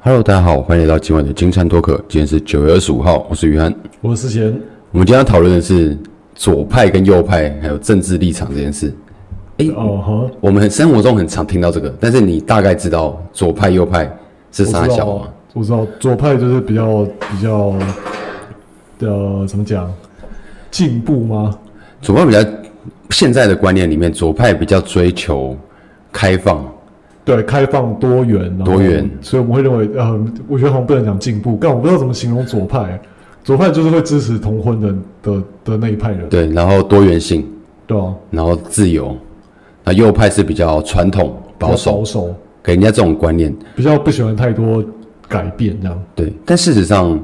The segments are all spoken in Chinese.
Hello，大家好，欢迎来到今晚的金山脱客。今天是九月二十五号，我是于安。我是贤，我们今天要讨论的是左派跟右派，还有政治立场这件事。哦我们生活中很常听到这个，但是你大概知道左派右派是哈，啥我知小啊道啊吗？，我知道，左派就是比较比较，呃，怎么讲，进步吗？左派比较现在的观念里面，左派比较追求开放，对，开放多元，然后多元所以我们会认为，呃，我觉得好像不能讲进步，但我不知道怎么形容左派，左派就是会支持同婚的的的那一派人，对，然后多元性，对吧？然后自由。那右派是比较传统保比较守保，守，给人家这种观念。比较不喜欢太多改变这样。对，但事实上，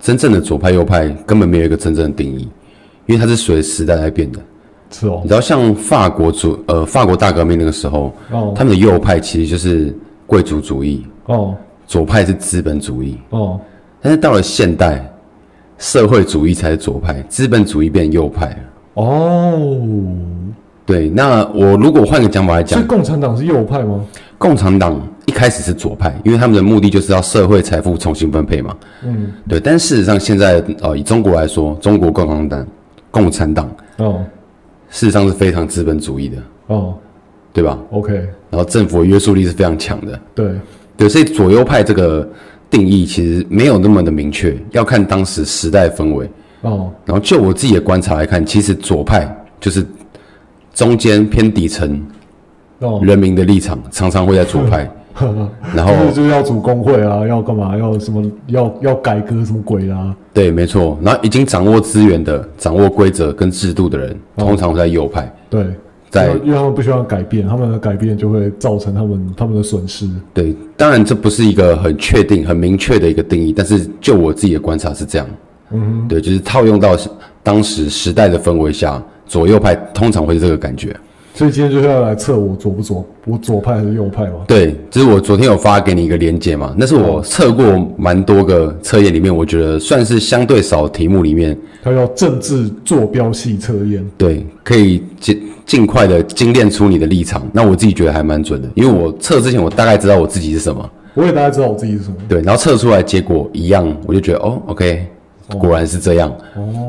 真正的左派右派根本没有一个真正的定义，因为它是随时代在变的。是哦你，知道，像法国主呃法国大革命那个时候，哦他们的右派其实就是贵族主义，哦左派是资本主义。哦，但是到了现代，社会主义才是左派，资本主义变右派了。哦，对，那我如果换个讲法来所讲以，共产党是右派吗？共产党一开始是左派，因为他们的目的就是要社会财富重新分配嘛。嗯，对，但事实上现在呃，以中国来说，中国共产党共产党哦事实上是非常资本主义的，哦对吧？ ，OK，然后政府的约束力是非常强的，对。对，所以左右派这个定义其实没有那么的明确，要看当时时代氛围。哦然后就我自己的观察来看，其实左派就是中间偏底层哦，人民的立场，常常会在左派，然后 就是就是要组工会啊，要干嘛？要什么？要要改革什么鬼啊？对，没错。然后已经掌握资源的、掌握规则跟制度的人，通常会在右派。对，在因为因为他们不希望改变，他们的改变就会造成他们他们的损失。对，当然这不是一个很确定、很明确的一个定义，但是就我自己的观察是这样。嗯，对，就是套用到当时时代的氛围下，左右派通常会是这个感觉。所以今天就是要来测我左不左，我左派还是右派嘛？对，就是我昨天有发给你一个连接嘛，那是我测过蛮多个测验里面，我觉得算是相对少题目里面，他要政治坐标系测验。对，可以尽尽快的精炼出你的立场。那我自己觉得还蛮准的，因为我测之前我大概知道我自己是什么，我也大概知道我自己是什么。对，然后测出来结果一样，我就觉得哦，OK，果然是这样。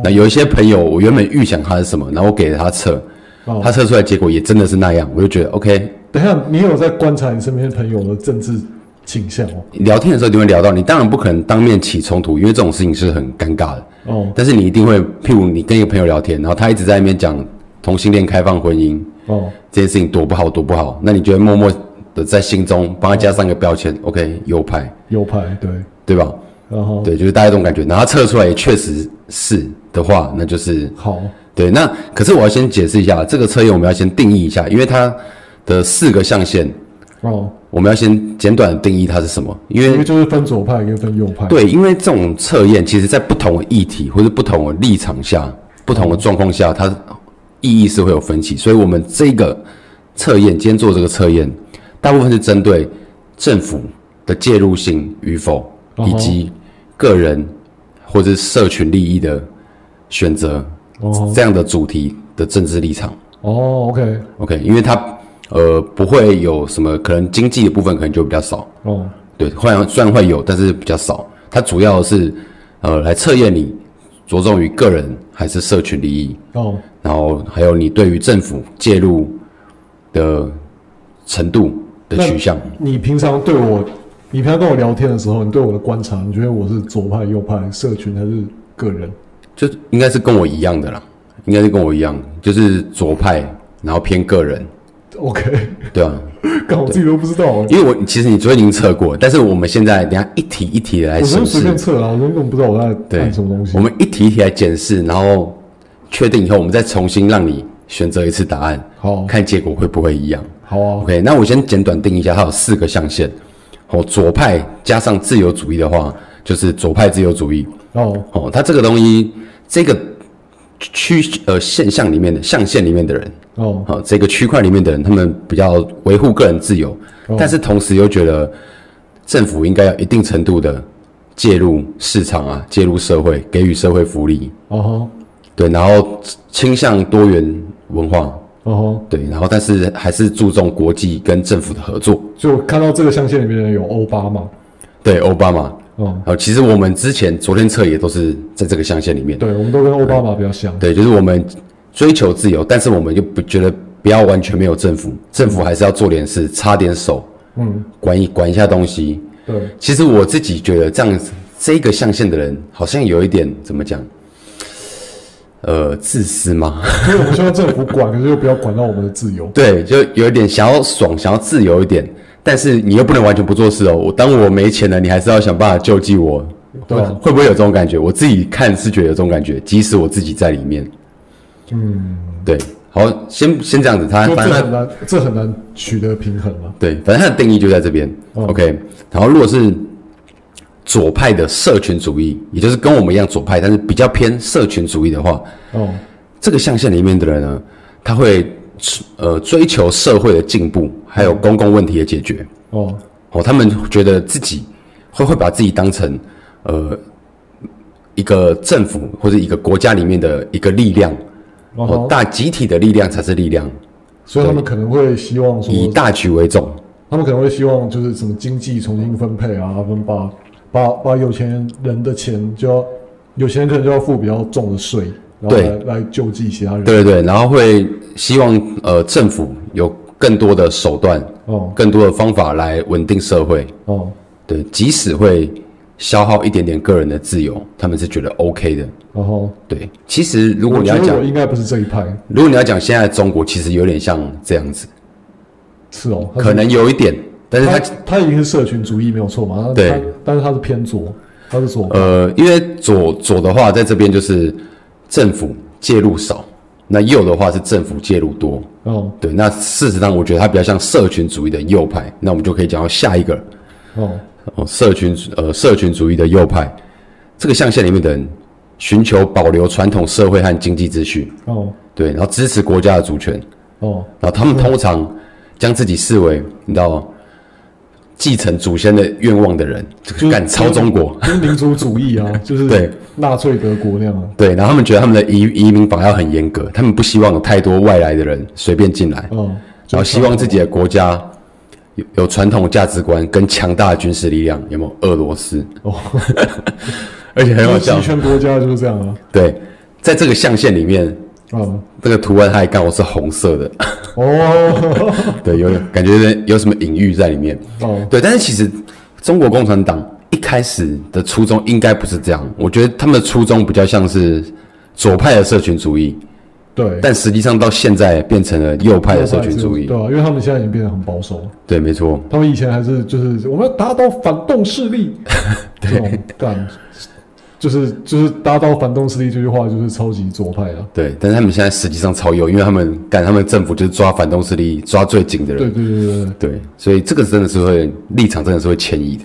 那有一些朋友，我原本预想他是什么，然后我给了他测，哦他测出来结果也真的是那样，我就觉得 OK。等一下，你有在观察你身边朋友的政治倾向哦？聊天的时候你会聊到，你当然不可能当面起冲突，因为这种事情是很尴尬的。哦但是你一定会，譬如你跟一个朋友聊天，然后他一直在那边讲同性恋开放婚姻哦，这件事情多不好多不好，那你就会默默的在心中帮他加上一个标签，OK，右派，右派对，对吧？然后对，就是大家这种感觉。然后他测出来也确实是的话，那就是好对。那可是我要先解释一下，这个测验我们要先定义一下，因为它的四个象限，哦，我们要先简短的定义它是什么。因因为为就是分左派跟分右派。对，因为这种测验其实在不同的议题或者不同的立场下、不同的状况下，它意义是会有分歧。所以我们这个测验，今天做这个测验，大部分是针对政府的介入性与否，以及个人或者是社群利益的选择哦这样的主题的政治立场。哦，OK， OK，因为它呃不会有什么可能经济的部分可能就比较少。哦。对，会有虽然会有，但是比较少。它主要是呃来测验你着重于个人还是社群利益，哦然后还有你对于政府介入的程度的取向。你平常对我，你平常跟我聊天的时候，你对我的观察，你觉得我是左派、右派、社群还是个人？就应该是跟我一样的啦，应该是跟我一样，就是左派，然后偏个人， OK， 对啊，刚我自己都不知道欸，因为我其实你昨天已经测过，但是我们现在等一下一题一题的来我审是随视便，测啦，我根本不知道我在对看什么东西我。们一题一题来检视，然后确定以后，我们再重新让你选择一次答案。好，看结果会不会一样。好啊， OK，那我先简短定义一下，它有四个象限。哦，左派加上自由主义的话，就是左派自由主义。哦哦，它这个东西，这个区呃现象里面的象限里面的人，哦好、这个区块里面的人，他们比较维护个人自由，但是同时又觉得政府应该有一定程度的介入市场啊，介入社会，给予社会福利，哦对，然后倾向多元文化，吼哦吼，对，然后但是还是注重国际跟政府的合作。所以我看到这个象限里面有奥巴马，对奥巴马。哦，好，其实我们之前昨天测也都是在这个象限里面。对，我们都跟奥巴马比较像。对，就是我们追求自由，但是我们又不觉得不要完全没有政府，政府还是要做点事，插点手，嗯，管一管一下东西。对，其实我自己觉得这样子，这个象限的人好像有一点怎么讲，呃，自私吗？因为我们希望政府管，可是又不要管到我们的自由。对，就有一点想要爽，想要自由一点，但是你又不能完全不做事哦。我当我没钱了，你还是要想办法救济我，对会啊会不会有这种感觉？我自己看是觉得有这种感觉，即使我自己在里面，嗯，对。好，先先这样子，他就这 反正他很难，这很难取得平衡嘛。对，反正它的定义就在这边。嗯 OK，然后如果是左派的社群主义，也就是跟我们一样左派，但是比较偏社群主义的话，哦，这个象限里面的人呢，他会呃追求社会的进步，还有公共问题的解决。哦，哦，他们觉得自己会会把自己当成呃一个政府或者一个国家里面的一个力量，哦然后，大集体的力量才是力量，所以他们可能会希望说，以大局为重。他们可能会希望就是什么经济重新分配啊，他们把把把有钱人的钱就要，有钱人可能就要付比较重的税，然后对来来救济其他人。对对对，然后会希望呃政府有更多的手段、哦更多的方法来稳定社会。哦，对，即使会消耗一点点个人的自由，他们是觉得 OK 的。然后对，其实如果我你觉要得我讲，应该不是这一派，如果你要讲现在的中国，其实有点像这样子，是哦，他是可能有一点，但是他它他已经是社群主义没有错嘛，他对他但是他是偏左，他是左，呃，因为左左的话在这边就是政府介入少，那右的话是政府介入多。哦对，那事实上我觉得它比较像社群主义的右派，那我们就可以讲到下一个哦哦，社群呃社群主义的右派，这个象限里面的人寻求保留传统社会和经济秩序，哦对，然后支持国家的主权，哦然后他们通常将自己视为你知道继承祖先的愿望的人，这就个是敢超中国，就是民族主义啊，就是对纳粹德国那样啊，对，然后他们觉得他们的移移民法要很严格，他们不希望有太多外来的人随便进来，哦，然后希望自己的国家有有传统价值观跟强大的军事力量，有没有？俄罗斯，哦， 而且很因有为效集。权国家就是这样啊，对，在这个象限里面，啊这个图案它也刚好是红色的， 哦 对，有点感觉有点有什么隐喻在里面。哦对，但是其实中国共产党一开始的初衷应该不是这样，我觉得他们的初衷比较像是左派的社群主义，对，但实际上到现在变成了右派的社群主义对。啊，因为他们现在已经变得很保守了，对，没错。他们以前还是就是我们要打倒反动 势力，这种干。就是就是打倒反动势力这句话就是超级左派啊，对，但是他们现在实际上超右，因为他们干，他们政府就是抓反动势力抓最紧的人对。对对对对，对，所以这个真的是会立场真的是会迁移的。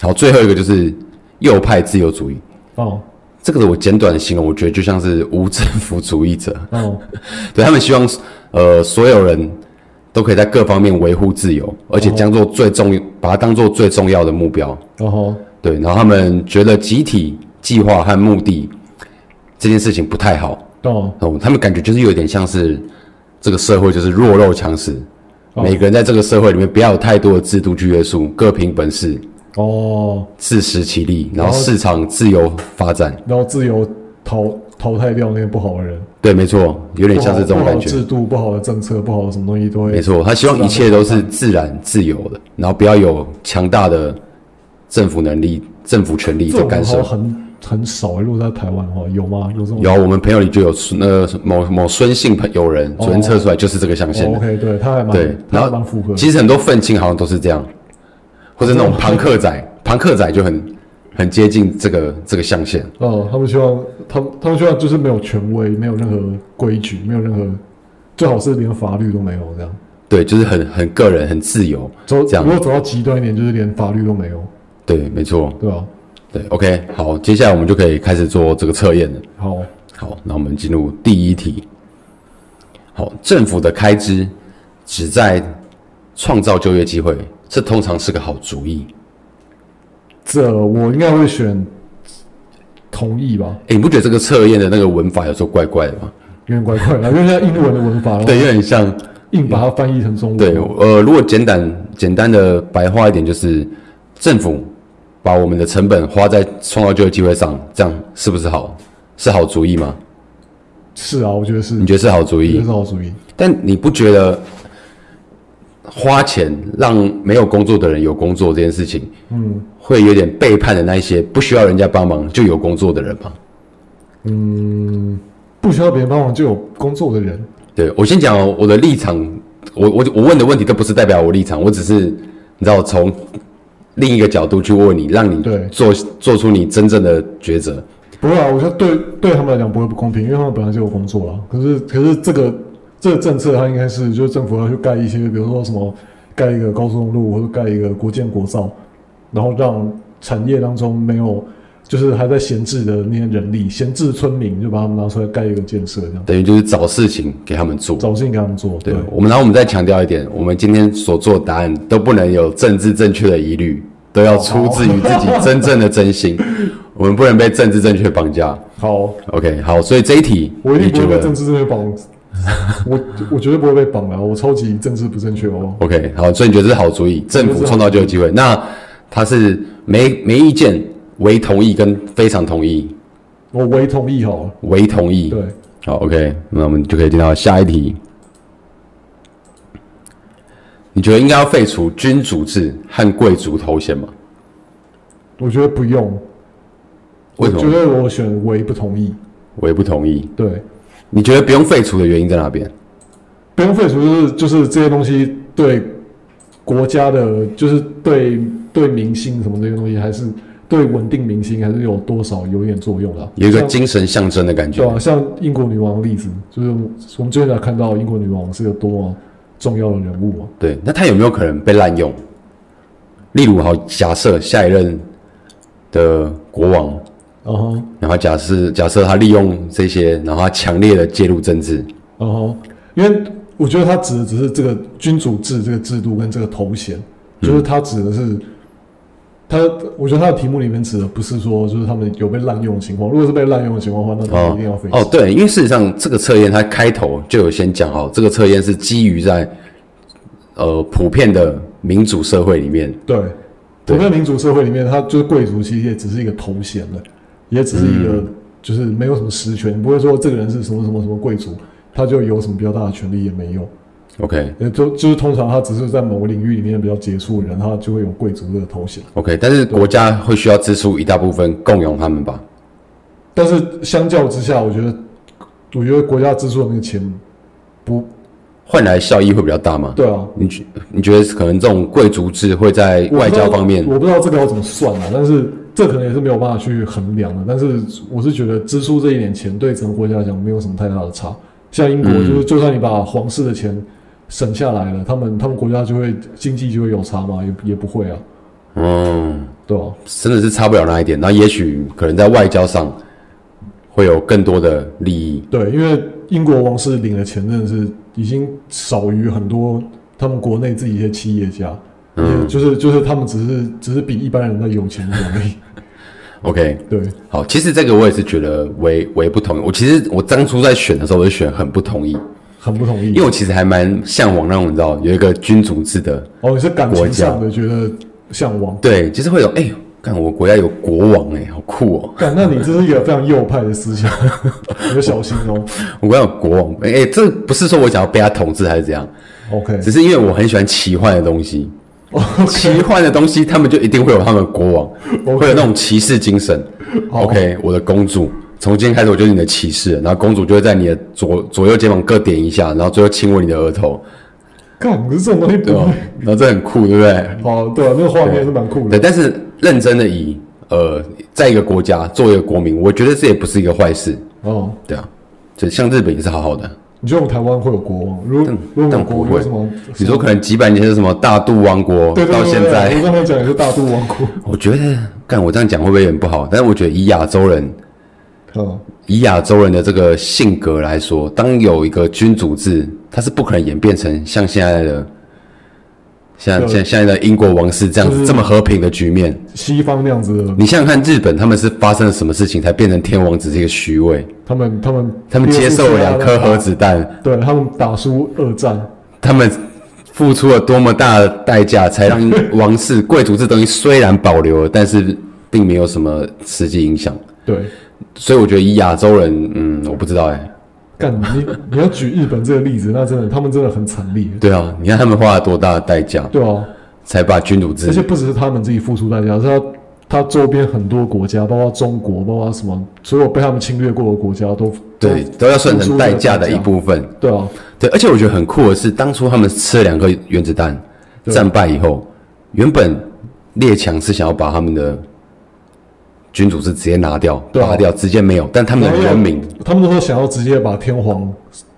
好，最后一个就是右派自由主义，哦这个我简短的形容，我觉得就像是无政府主义者，哦对他们希望呃所有人都可以在各方面维护自由，而且将做最重，把它当做最重要的目标。然后对，然后他们觉得集体计划和目的这件事情不太好，哦哦，他们感觉就是有点像是这个社会就是弱肉强食，哦每个人在这个社会里面不要有太多的制度去约束，各凭本事，哦，自食其力，然后然后市场自由发展。然后自由淘淘汰掉那些不好的人，对，没错，有点像是这种不好感的觉制。度、不好的政策、不好的什么东西都会没错，他希望一切都是自然自由的，然后不要有强大的政府能力、政府权力这的种干好涉像。很很少欸。如果在台湾的话，有吗？有这种有，啊我们朋友里就有那个某某孙姓朋友人，昨天测出来就是这个象限哦的。 ？OK，对，他还蛮对，他然还后蛮符合的。其实很多愤青好像都是这样，或者那哦种朋克仔，朋克仔就很很接近这个这个象限。哦，他们希望他们他们希望就是没有权威，没有任何规矩，没有任何，最好是连法律都没有这样。对，就是很很个人，很自由。走，这样如果走到极端一点，就是连法律都没有，对，没错。对吧？对，OK，好，接下来我们就可以开始做这个测验了。好，好，那我们进入第一题。好，政府的开支旨在创造就业机会，这通常是个好主意。这我应该会选同意吧，哎，你不觉得这个测验的那个文法有时候怪怪的吗？有点怪怪的，因为现在英文的文法，然 后对，有点像硬把它翻译成中文。对，呃，如果简单简单的白话一点，就是政府把我们的成本花在创造就业机会上，这样是不是好？是好主意吗？是啊，我觉得是，你觉得是好主我觉意得？是好主意。但你不觉得花钱让没有工作的人有工作这件事情，嗯，会有点背叛的那一些不需要人家帮忙就有工作的人吗？不需要别人帮忙就有工作的人，对我先讲哦我的立场，我我我问的问题都不是代表我立场，我只是你知道从另一个角度去问你，让你对做做出你真正的抉择。不会啊，我觉得对对他们来讲不会不公平，因为他们本来就有工作啊。可是可是这个这个政策，它应该是就是政府要去盖一些，比如说什么盖一个高速公路，或者盖一个国建国造，然后让产业当中没有就是还在闲置的那些人力，闲置村民就把他们拿出来盖一个建设，这样等于就是找事情给他们做。找事情给他们做。对对，我们然后我们再强调一点，我们今天所做的答案都不能有政治正确的疑虑，都要出自于自己真正的真心， 我们不能被政治正确绑架。好， OK，好，所以这一题我一你定不觉会被得政治正确绑， 我我绝对不会被绑的，啊我超级政治不正确哦。 OK？好，所以你觉得这是好主意，政府创造就有机会。那他是没没意见，唯同意跟非常同意，我唯同意好了，唯同意。对。好，OK，那我们就可以进到下一题。你觉得应该要废除君主制和贵族头衔吗？我觉得不用。为什么我觉得我选为不同意。我也不同意。对，你觉得不用废除的原因在哪边？不用废除就是就是这些东西对国家的，就是对对明星什么这些东西，还是对稳定明星还是有多少有点作用的、有一个像精神象征的感觉啊对。啊，像英国女王的例子，就是我们最近才看到英国女王是个多么重要的人物啊嘛。对，那他有没有可能被滥用？例如，好，假设下一任的国王，然后，然后假设假设他利用这些，然后他强烈的介入政治，然后，哦因为我觉得他指的只是这个君主制这个制度跟这个头衔，嗯就是他指的是他，我觉得他的题目里面指的不是说就是他们有被滥用的情况，如果是被滥用的情况的话，那他们一定要废除。哦，对，因为事实上这个测验它开头就有先讲哦，这个测验是基于在呃普遍的民主社会里面，对，对普遍民主社会里面，他就是贵族，其实也只是一个头衔了，也只是一个、嗯就是没有什么实权，不会说这个人是什么什么什么贵族，他就有什么比较大的权利也没有。 OK 呃，就就是通常他只是在某个领域里面比较杰出的人，他就会有贵族这个头衔。 OK，但是国家会需要支出一大部分供养他们吧？但是相较之下，我觉得，我觉得国家支出的那个钱不换来效益会比较大吗？对啊。你觉你觉得可能这种贵族制会在外交方面我不知道我不知道这个要怎么算啊，但是这可能也是没有办法去衡量的。但是我是觉得支出这一点钱对整个国家来讲没有什么太大的差。像英国，嗯就是就算你把皇室的钱省下来了，他们他们国家就会经济就会有差嘛，也也不会啊，嗯，对啊吧、真的是差不了那一点。那也许可能在外交上会有更多的利益。对，因为英国王室领的钱真的是已经少于很多他们国内自己一些企业家，嗯也就是就是他们只是只是比一般人在有钱一点而已。 OK，对，好，其实这个我也是觉得为为不同意。我其实我当初在选的时候，我就选很不同意，很不同意因为。我其实还蛮向往那种你知道有一个君主制的，哦，你是感国情家上的觉得向往。对，就是会有哎，看、我国家有国王哎、好酷哦，但那你这是一个非常右派的 思想，你要小心哦。我国家有国王哎、哎这不是说我想要被他统治还是怎样， OK，只是因为我很喜欢奇幻的东 西。奇幻的东西，他们就一定会有他们的国王 OK 哦会有那种骑士精神。好 OK，我的公主，从今天开始我就是你的骑士了，然后公主就会在你的左左右肩膀各点一下，然后最后亲吻你的额头，看，可是这种东西不对吧？啊然后这很酷，对不对？哦，对啊，那个画面是蛮酷对，的。但是认真的以呃，在一个国家作为一个国民，我觉得这也不是一个坏事，哦，对啊。所以像日本也是好好的，你觉得我们台湾会有国王？如果如果我但们不国会有什么？你说可能几百年前的什么大肚王国，啊对对到对对现对，在我刚才讲也是大肚王国。我觉得，干我这样讲会不会有点不好？但是我觉得以亚洲人嗯，以亚洲人的这个性格来说，当有一个君主制，它是不可能演变成像现在的、像对像现在的英国王室这样子、就是这么和平的局面。西方那样子的，你想想看，日本他们是发生了什么事情才变成天王只是一个虚位？他们他们他们接受了两颗核子。子弹，对他们打输二战，他们付出了多么大的代价，才让王室贵族这东西虽然保留了，但是并没有什么实际影响。对，所以我觉得以亚洲人，嗯，我不知道哎、干你你要举日本这个例子，那真的他们真的很惨烈，对啊，你看他们花了多大的代价，对啊，才把君主制而且不只是他们自己付出代价，是他他周边很多国家，包括中国，包括什么所有被他们侵略过的国家都对都都要算成付出代价的一代价部分。对啊，对，而且我觉得很酷的是，当初他们吃了两颗原子弹，对战败以后，原本列强是想要把他们的君主制直接拿掉、对啊拔掉，直接没有，但他们的然后人民，他们都说想要直接把天皇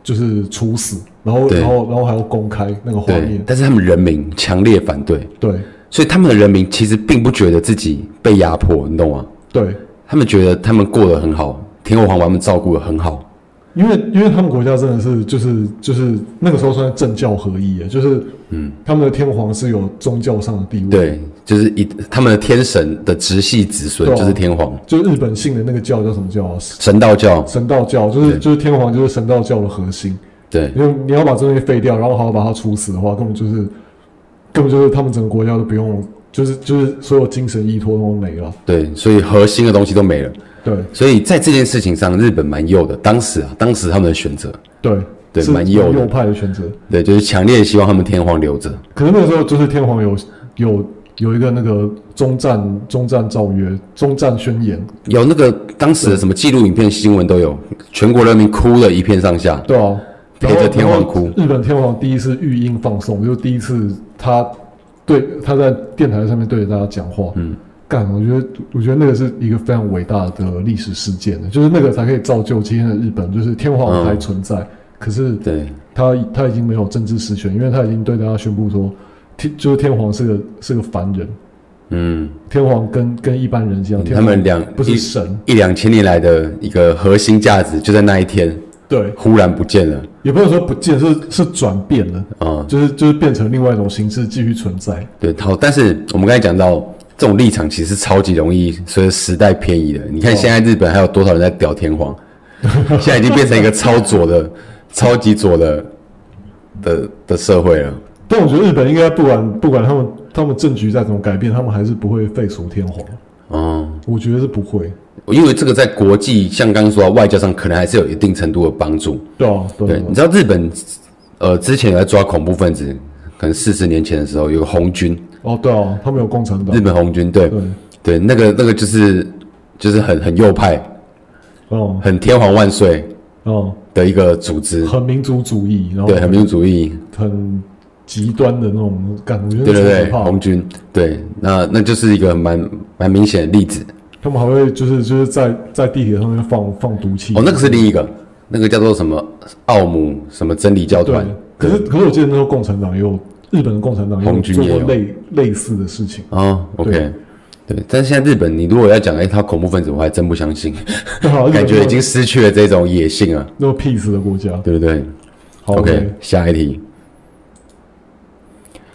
就是处死，然后对然后然后还要公开那个画对面，，但是他们人民强烈反对，对所以他们的人民其实并不觉得自己被压迫，你懂吗？对，他们觉得他们过得很好，天后皇把他们照顾得很好，因为因为他们国家真的是就是就是那个时候算是政教合一耶，就是嗯，他们的天皇是有宗教上的地位，，对，就是一他们的天神的直系子孙对啊就是天皇，就日本信的那个教叫什么教啊？神神道教，神道教，就对是就是天皇就是神道教的核心，对因为你要把这东西废掉，然后好好把它处死的话，根本就是根本就是他们整个国家都不用，就是就是所有精神依托都没了，对，所以核心的东西都没了。对所以在这件事情上，日本蛮右的。当时啊，当时他们的选择，对对是蛮右的右派的选择。对，就是强烈希望他们天皇留着。可是那个时候就是天皇有有有一个那个中战中战诏约、中战宣言，有那个当时的什么纪录影片、新闻都有，全国人民哭了一片上下。对啊，陪着天皇哭然后日本天皇第一次育婴放送，就是第一次他对他在电台上面对着大家讲话，嗯，干，我觉得我觉得那个是一个非常伟大的历史事件的，就是那个才可以造就今天的日本，就是天皇还存嗯在，可是对，他他已经没有政治实权，因为他已经对大家宣布说，天就是天皇是个是个凡人，嗯，天皇跟跟一般人一样，哦天他皇们两不是神，一一两千年来的一个核心价值，就在那一天对，忽然不见了也不能说不见，是是转变了。啊、就是就是变成另外一种形式继续存在，对，好，但是我们刚才讲到，这种立场其实超级容易随着时代偏移的。你看哦现在日本还有多少人在屌天皇？现在已经变成一个超左的、超级左的的的社会了。但我觉得日本应该不管不管他们他们政局再怎么改变，他们还是不会废除天皇。哦、我觉得是不会。因为这个在国际，像刚刚说到外交上，可能还是有一定程度的帮助。对啊，对对，啊你知道日本，呃，之前有在抓恐怖分子，可能四十年前的时候有个红军，哦，对啊，他们有共产党日。本红军，对对，对，那个那个就是就是很很右派，哦很天皇万岁哦，的一个组织，很民族主义，然后对，很民族主义，很极端的那种感觉，我觉对得对超对，可怕红的。军，对，那那就是一个蛮蛮明显的例子。他们还会就是就是在在地铁上面放放毒气。哦，那个是另一个，那个叫做什么奥姆什么真理教对团，。可是可是我记得那时候共产党也有日本的共产党也红有军做也过有类类似的事情。哦，OK，对对，但是现在日本，你如果要讲，哎、他恐怖分子，我还真不相 信，对啊日本感觉已经那种失去了这种野性啊，那种 peace 的国家。对不对好 OK，下一题。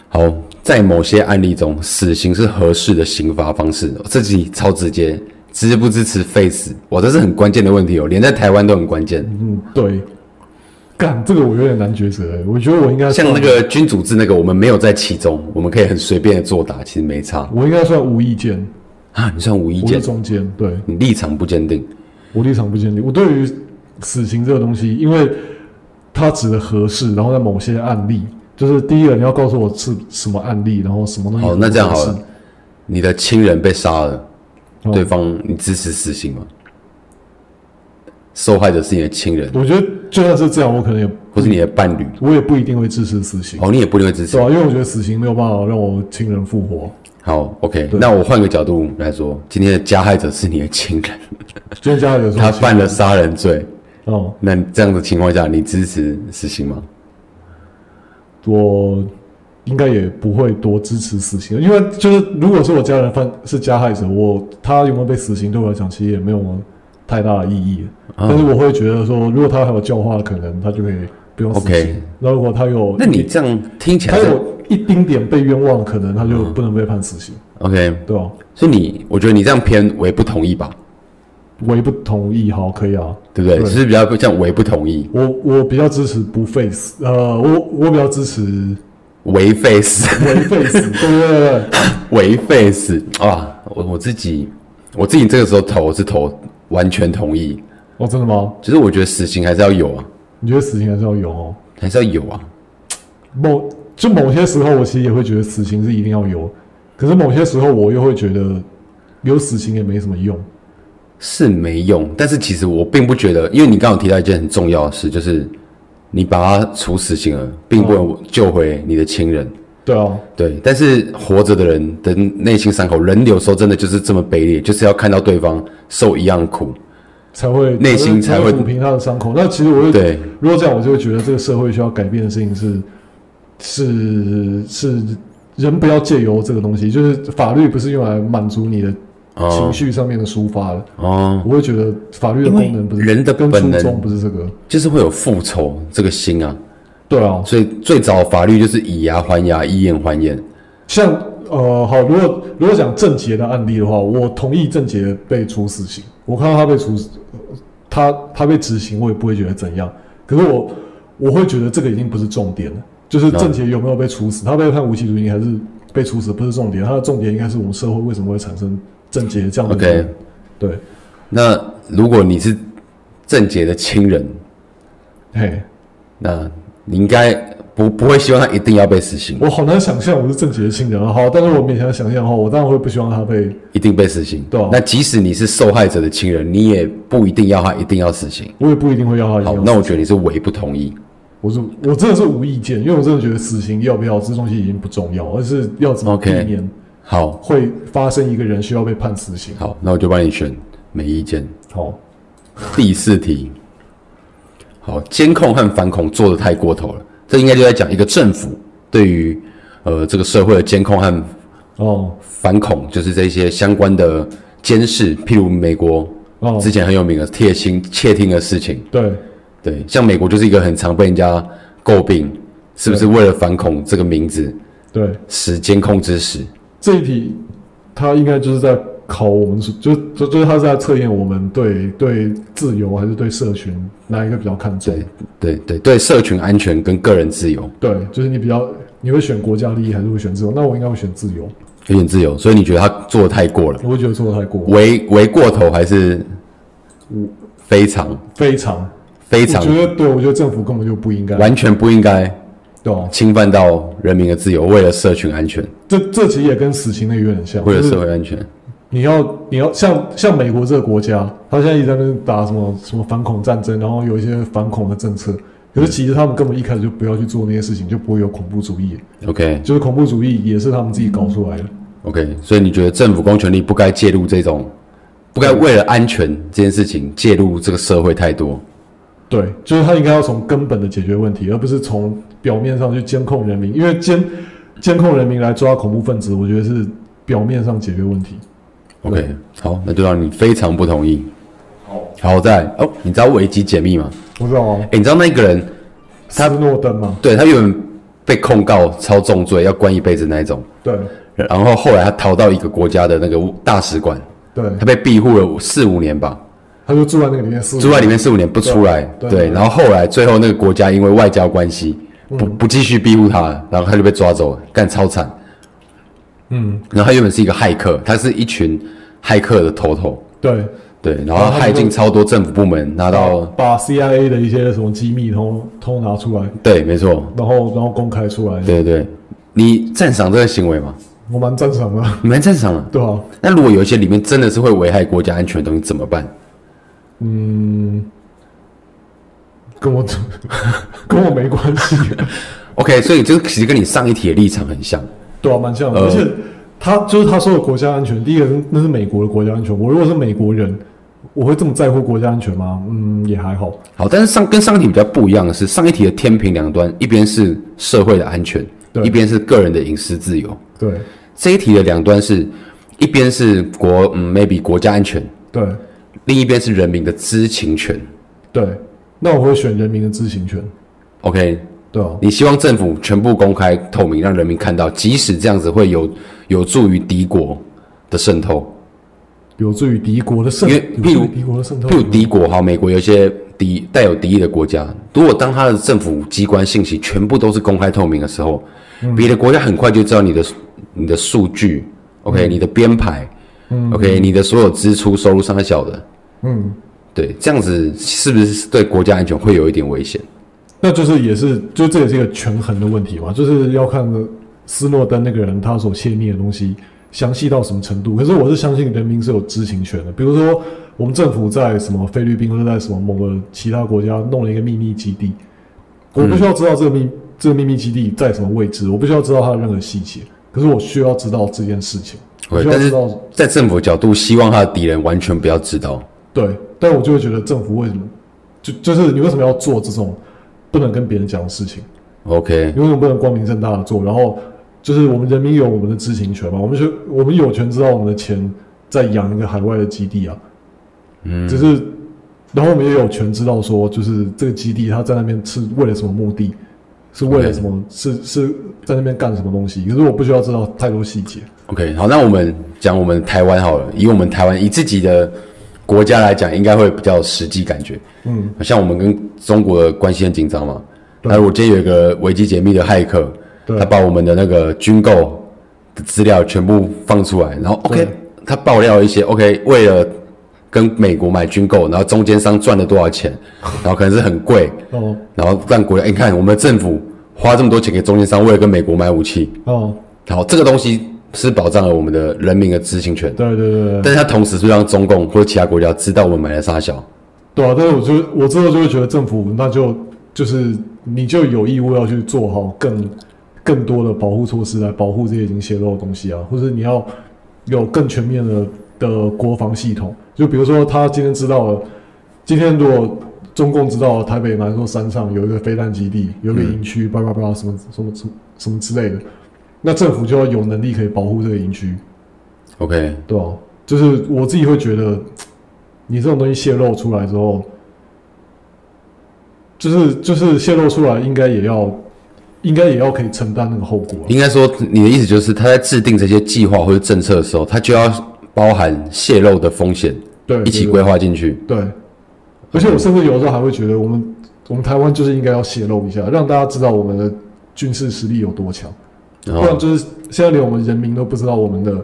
好，在某些案例中，死刑是合适的刑罚方式。哦这题超直接，支不支持废死？哇，这是很关键的问题哦，连在台湾都很关键。嗯，对。干，这个我有点难抉择欸。我觉得我应该像那，算个君主制那个，我们没有在其中，我们可以很随便的作答，其实没差我应该算无意见，啊。你算无意我是见，中间，对你立场不坚定。我立场不坚定。我对于死刑这个东西，因为它指的合适，然后在某些案例，就是第一个你要告诉我是什么案例，然后什么东西好合哦适。那这样好了你的亲人被杀了，哦对方你支持死刑吗？受害者是你的亲人，我觉得就算是这样，我可能也或是你的伴侣，我也不一定会支持死刑，哦，你也不一定会支持对。吧、因为我觉得死刑没有办法让我亲人复活。好，OK，那我换个角度来说，今天的加害者是你的亲人，今天家里有说他犯了杀人罪，哦，那你这样的情况下，你支持死刑吗？我应该也不会多支持死刑，因为就是如果说我家人犯是加害者，我他有没有被死刑对我来讲其实也没有太大的意义。啊但是我会觉得说，如果他还有教化的可能，他就可以不用死刑。 OK 那如果他有，那你这样听起他来是有一丁点被冤枉的可能，他就嗯不能被判死刑， OK，对吧？所以你我觉得你这样偏我也不同意吧，我也不同意，好，可以啊。对不对？对是不是比较这样我也不同意，我我比较支持不 face，呃，我我比较支持为 face，为 face，对对对对，为 face 啊！我我自己，我自己这个时候投我是投完全同意。哦，真的吗？其实我觉得死刑还是要有啊，你觉得死刑还是要有哦？还是要有啊。某就某些时候，我其实也会觉得死刑是一定要有，可是某些时候我又会觉得有死刑也没什么用。是没用，但是其实我并不觉得，因为你刚好提到一件很重要的事，就是你把他处死刑了，并不能救回你的亲人。对啊，对，但是活着的人的内心伤口，人有时候真的就是这么卑劣，就是要看到对方受一样的苦。才会内心才会抚平他的伤口。那其实我会对，如果这样，我就会觉得这个社会需要改变的事情是，是是人不要借由这个东西，就是法律不是用来满足你的情哦绪上面的抒发的。哦，我会觉得法律的功能不是因为人的跟本初能衷不是这个。就是会有复仇这个心啊。对啊，所以最早法律就是以牙还牙，以眼还眼。像呃，好，如果如果讲郑杰的案例的话，我同意郑杰被处死刑。我看到他被处死，呃他他被执行，我也不会觉得怎样。可是我我会觉得这个已经不是重点了，就是郑杰有没有被处死，他被判无期徒刑还是被处死不是重点，他的重点应该是我们社会为什么会产生郑杰这样的 OK 人。对，那如果你是郑杰的亲人，嘿，那你应该不不会希望他一定要被死刑，我好难想象我是郑杰的亲人啊，好，但是我勉强想象的话，我当然会不希望他被一定被死刑。对啊那即使你是受害者的亲人，你也不一定要他一定要死刑。我也不一定会要他一好，样。那我觉得你是唯不同意。我是我真的是无意见，因为我真的觉得死刑要不要这东西已经不重要，而是要怎么避 OK 免好，会发生一个人需要被判死刑。好，那我就帮你选，没意见。好，第四题，好，监控和反恐做的太过头了，这应该就在讲一个政府对于呃这个社会的监控和哦反恐，就是这些相关的监视，譬如美国哦之，前很有名的窃听窃听的事情，对对，像美国就是一个很常被人家诟病，是不是为了反恐这个名字对，使监控之实？这一题他应该就是在考我们是，就就就是他是在测验我们对对自由还是对社群哪一个比较看重对。对对对，社群安全跟个人自由，对，就是你比较你会选国家利益还是会选自由？那我应该会选自由，有点自由，所以你觉得他做的太过了，我会觉得做的太过，为为过头还是非常非常，非我常觉得对，我觉得政府根本就不应该，完全不应该对吧？侵犯到人民的自由，为了社群安全，这这其实也跟死刑那个有点像，为了就是社会安全，你要你要像像美国这个国家，他现在一直在那边打什么什么反恐战争，然后有一些反恐的政策，可是其实他们根本一开始就不要去做那些事情，就不会有恐怖主义， OK 就是恐怖主义也是他们自己搞出来的。 OK，所以你觉得政府公权力不该介入这种，不该为了安全这件事情介入这个社会太多。对，就是他应该要从根本的解决问题，而不是从表面上去监控人民，因为监监控人民来抓恐怖分子，我觉得是表面上解决问题。 OK，好，那就让你非常不同意。好，好在哦，你知道维基解密吗？我知道啊，哎，你知道那个人，斯诺登嘛，对他原本被控告超重罪，要关一辈子那一种，对然后后来他逃到一个国家的那个大使馆，对，他被庇护了四五年吧，他就住在那个里面，住住在里面四五年不出来，嗯对对，然后后来最后那个国家因为外交关系不不继续庇护他了，然后他就被抓走了，干超惨。嗯，然后他原本是一个骇客，他是一群骇客的头头，对。对，然后然后他他已就经超多政府部门拿到，把 CIA 的一些什么机密通通拿出来，对，没错，然后然后公开出来，对对对，你赞赏这个行为吗？我蛮赞成的，你蛮赞赏的。对吧、那如果有一些里面真的是会危害国家安全的东西怎么办？跟我 跟我没关系， OK，所以这个其实跟你上一题的立场很像。对啊，蛮像的。呃而且他就是他说的国家安全，第一个是那是美国的国家安全。我如果是美国人，我会这么在乎国家安全吗？嗯，也还好。好，但是上跟上一题比较不一样的是，上一题的天平两端，一边是社会的安全，对一边是个人的隐私自由。对这一题的两端是，一边是国嗯 maybe 国家安全，对另一边是人民的知情权。对，那我会选人民的知情权， OK，对啊，你希望政府全部公开透明，让人民看到，即使这样子会有有助于敌国的渗透。有助于敌国的渗，因为譬如有助于敌国的渗透譬，如敌国哈，美国有一些敌带有敌意的国家，如果当他的政府机关信息全部都是公开透明的时候，嗯别的国家很快就知道你的你的数据，OK，、你的嗯编排、o k 你的所有支出、收入上小的，嗯，对，这样子是不是对国家安全会有一点危险？那就是也是，就这也是一个权衡的问题嘛，就是要看斯诺登那个人他所泄密的东西详细到什么程度。可是我是相信人民是有知情权的，比如说我们政府在什么菲律宾或者在什么某个其他国家弄了一个秘密基地，我不需要知道这个秘、这个秘密基地在什么位置，我不需要知道它的任何细节，可是我需要知道这件事情，我对，需要但知是道在政府角度，希望他的敌人完全不要知道。对，但我就会觉得政府为什么就就是你为什么要做这种不能跟别人讲的事情？ OK，你为什么不能光明正大的做？然后就是我们人民有我们的知情权嘛，我们是，我们有权知道我们的钱在养一个海外的基地啊，嗯，只是，然后我们也有权知道说，就是这个基地它在那边是为了什么目的，是为了 OK 什么，是是在那边干什么东西。可是我不需要知道太多细节， OK，好，那我们讲我们台湾好了，以我们台湾以自己的国家来讲，应该会比较有实际感觉。嗯，像我们跟中国的关系很紧张嘛，对那如果今天有一个维基解密的骇客，对他把我们的那个军购的资料全部放出来，然后 OK，对他爆料一些 OK，为了跟美国买军购，然后中间商赚了多少 钱，然后可能是很贵，哦然后让国家、哎你看我们政府花这么多钱给中间商，为了跟美国买武器，哦，然后这个东西是保障了我们的人民的知情权，对对对对。但是它同时是让中共或其他国家知道我们买了沙小。对啊，但是我就我之后就会觉得政府那就就是你就有义务要去做好更更多的保护措施来保护这些已经泄露的东西啊，或者你要有更全面的的国防系统。就比如说他今天知道了，今天如果中共知道了台北南说山上有一个飞弹基地，有一个营区，巴拉巴拉什么什么什么什么之类的，那政府就要有能力可以保护这个营区。 OK，对啊，就是我自己会觉得，你这种东西泄露出来之后，就是就是泄露出来，应该也要，应该也要可以承担那个后果啊、应该说，你的意思就是他在制定这些计划或者政策的时候，他就要包含泄露的风险对，一起对规划进去。哦对，而且我甚至有时候还会觉得，我们我们台湾就是应该要泄露一下，让大家知道我们的军事实力有多强，然不然后，就是现在连我们人民都不知道我们的。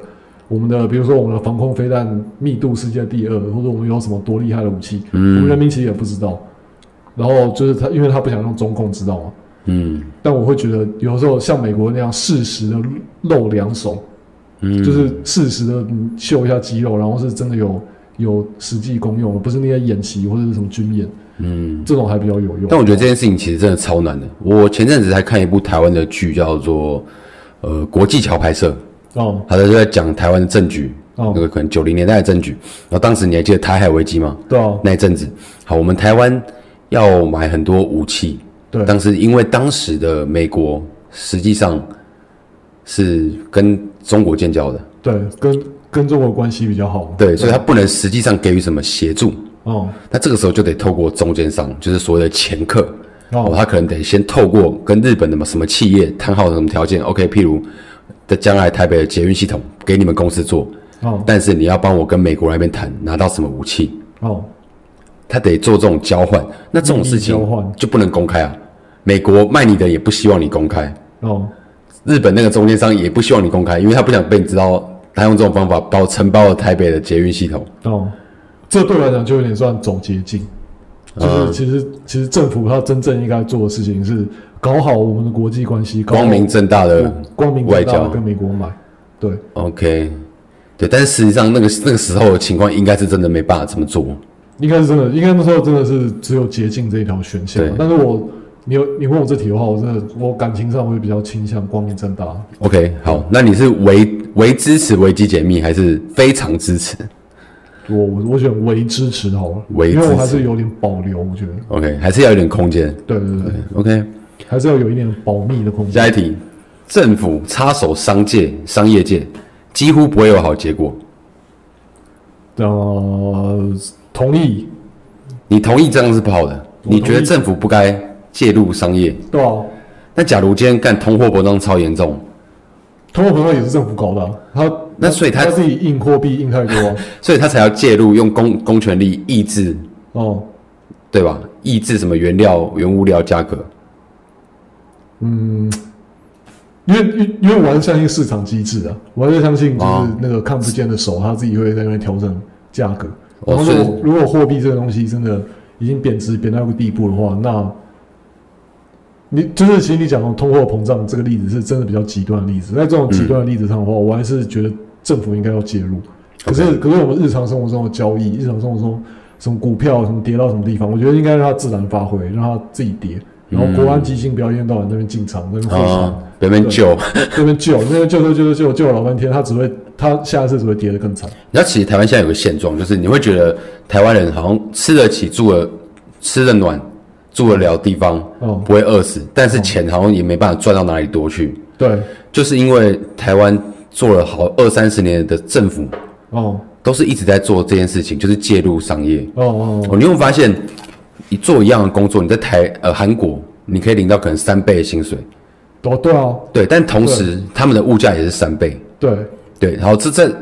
我们的比如说我们的防空飞弹密度世界第二，或者我们有什么多厉害的武器，我们嗯人民其实也不知道。然后就是他，因为他不想让中共知道嘛。嗯但我会觉得，有时候像美国那样适时的露两手，嗯，就是适时的秀一下肌肉，然后是真的有有实际功用，不是那些演习或者是什么军演，嗯。这种还比较有用。但我觉得这件事情其实真的超难的。我前阵子才看一部台湾的剧，叫做呃国际桥拍摄，哦他就在讲台湾的政局，那哦，个可能九零年代的政局。然后当时你还记得台海危机吗？对啊，那一阵子，好，我们台湾要买很多武器，对当时因为当时的美国实际上是跟中国建交的，对，跟跟中国关系比较好。对，所以他不能实际上给予什么协助。哦那这个时候就得透过中间商，就是所谓的掮客，哦，哦他可能得先透过跟日本的什么企业谈好什么条件，OK，譬如在将来台北的捷运系统给你们公司做，哦但是你要帮我跟美国那边谈拿到什么武器，哦，他得做这种交换。那这种事情利益交换就不能公开啊。美国卖你的也不希望你公开，哦日本那个中间商也不希望你公开，因为他不想被你知道他用这种方法包承包了台北的捷运系统。哦，这对我来讲就有点算走捷径。呃就是其实其实政府它真正应该做的事情是搞好我们的国际关系，搞好光明正大的光明外正大交地跟美国买。对， ，OK，对，但是实际上那个那个时候的情况应该是真的没办法这么做。应该是真的，应该那时候真的是只有捷径这一条选项对。但是我你有你问我这题的话，我真的我感情上会比较倾向光明正大。 OK，好，嗯那你是为为支持维基解密，还是非常支持我我我选为支持好了，为因为支我持还是有点保留，我觉得， ？OK，还是要有点空间。对对对， OK，还是要有一点保密的空间。下一题，政府插手商界、商业界，几乎不会有好结果。呃，同意，你同意这样是不好的？我同意你觉得政府不该介入商业？对啊，那假如今天干通货膨胀超严重，通货膨胀也是政府搞的啊、他那所以他他自己印货币印太多啊、所以他才要介入，用公公权力抑制，哦，对吧？抑制什么原料、原物料价格？因为因为因为我还是相信市场机制啊，我还是相信哦就是那个看不见的手，它自己会在那边调整价格。哦然后所以如果如果货币这个东西真的已经贬值贬到一个地步的话，那你就是其实你讲的通货膨胀这个例子是真的比较极端的例子，在这种极端的例子上的话，我还是觉得政府应该要介入。可是嗯 OK 可是我们日常生活中的交易，日常生活中什么股票什么跌到什么地方，我觉得应该让它自然发挥，让它自己跌。然后国安基金不要一天到晚在那边进场，在那边护嗯啊盘，，别人救。那边救，那边救救救救救救了老半天，他只会他下一次只会跌得更惨。 你知道，其实台湾现在有个现状，就是你会觉得台湾人好像吃得起、住得吃得暖、住得了地方，哦不会饿死，但是钱好像也没办法赚到哪里多去，对，就是因为台湾做了好二三十年的政府，哦都是一直在做这件事情，就是介入商业。哦哦，哦，你会发现，你做一样的工作，你在台呃韩国，你可以领到可能三倍的薪水，哦对啊，对，但同时他们的物价也是三倍，对对，然后这这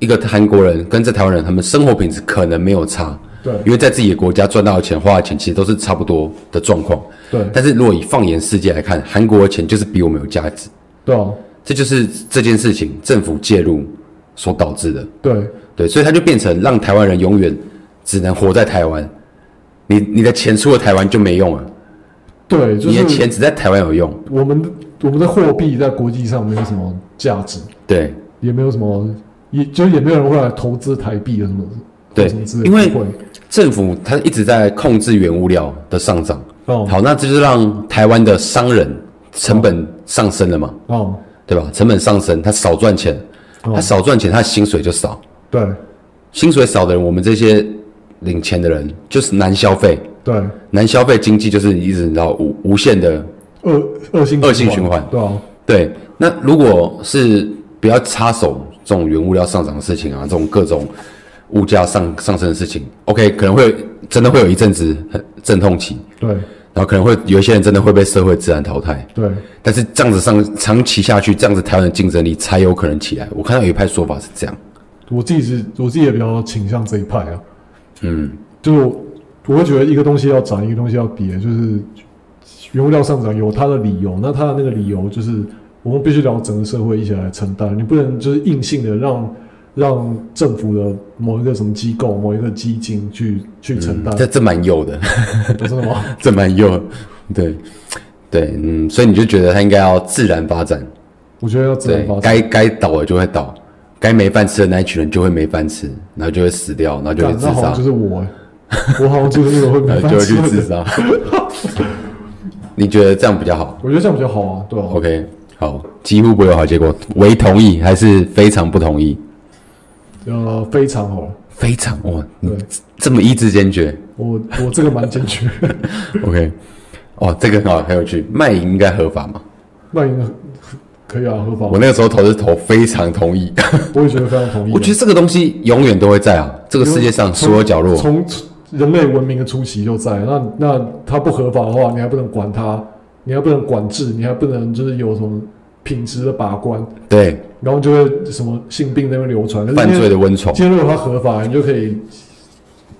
一个韩国人跟这台湾人，他们生活品质可能没有差，对因为在自己的国家赚到的钱、花的钱其实都是差不多的状况。对但是如果以放眼世界来看，韩国的钱就是比我们有价值，对啊，这就是这件事情政府介入所导致的。对对，所以它就变成让台湾人永远只能活在台湾，你你的钱出了台湾就没用了，对，就你的钱是只在台湾有用。我们的我们的货币在国际上没有什么价值，对也没有什么，也就也没有人会来投资台币啊什么，对或什么之类的因为不会政府它一直在控制原物料的上涨，哦好，那这就是让台湾的商人成本上升了嘛，哦对吧？成本上升，他少赚钱，他少赚钱，他的薪水就少，对薪水少的人，我们这些领钱的人就是难消费，对难消费经济就是一直你知道无无限的恶恶性恶性循环对啊对。那如果是不要插手这种原物料上涨的事情啊，这种各种物价上上升的事情，OK，可能会有真的会有一阵子很阵痛期，对然后可能会有一些人真的会被社会自然淘汰。对但是这样子上长期下去，这样子台湾的竞争力才有可能起来。我看到有一派说法是这样，我自己是，我自己也比较倾向这一派啊。嗯，就是我我会觉得一个东西要涨，一个东西要跌，就是原物料上涨有它的理由，那它的那个理由就是我们必须聊整个社会一起来承担，你不能就是硬性的让让政府的某一个什么机构、某一个基金去去承担， 这这蛮有的， 真的吗？这蛮有的，对对，嗯，所以你就觉得它应该要自然发展，我觉得要自然对发，展。该该倒的就会倒，该没饭吃的那一群人就会没饭吃，然后就会死掉，然后就会干自那好杀像就，是我、欸，我好像就是那个会 然没后饭就会吃去自的人。杀。 你觉得这样比较好我觉得这样比较好啊，对吧、 ？OK，好，几乎不会有好结果，唯同意还是非常不同意？呃，非常好了，非常哇，你对这么意志坚决。我我这个蛮坚决。 OK，哦，这个很好，很有趣。卖淫应该合法吗？那应该可以啊，合法。我那个时候投是投非常同 意，我也觉得非常同意啊。我觉得这个东西永远都会在啊，这个世界上所有角落。从人类文明的初期就在。那那它不合法的话，你还不能管它，你还不能管制，你还不能就是有什么品质的把关，对，然后就会什么性病在那边流传。可是犯今罪的天温床。今天如果它合法，你就可以。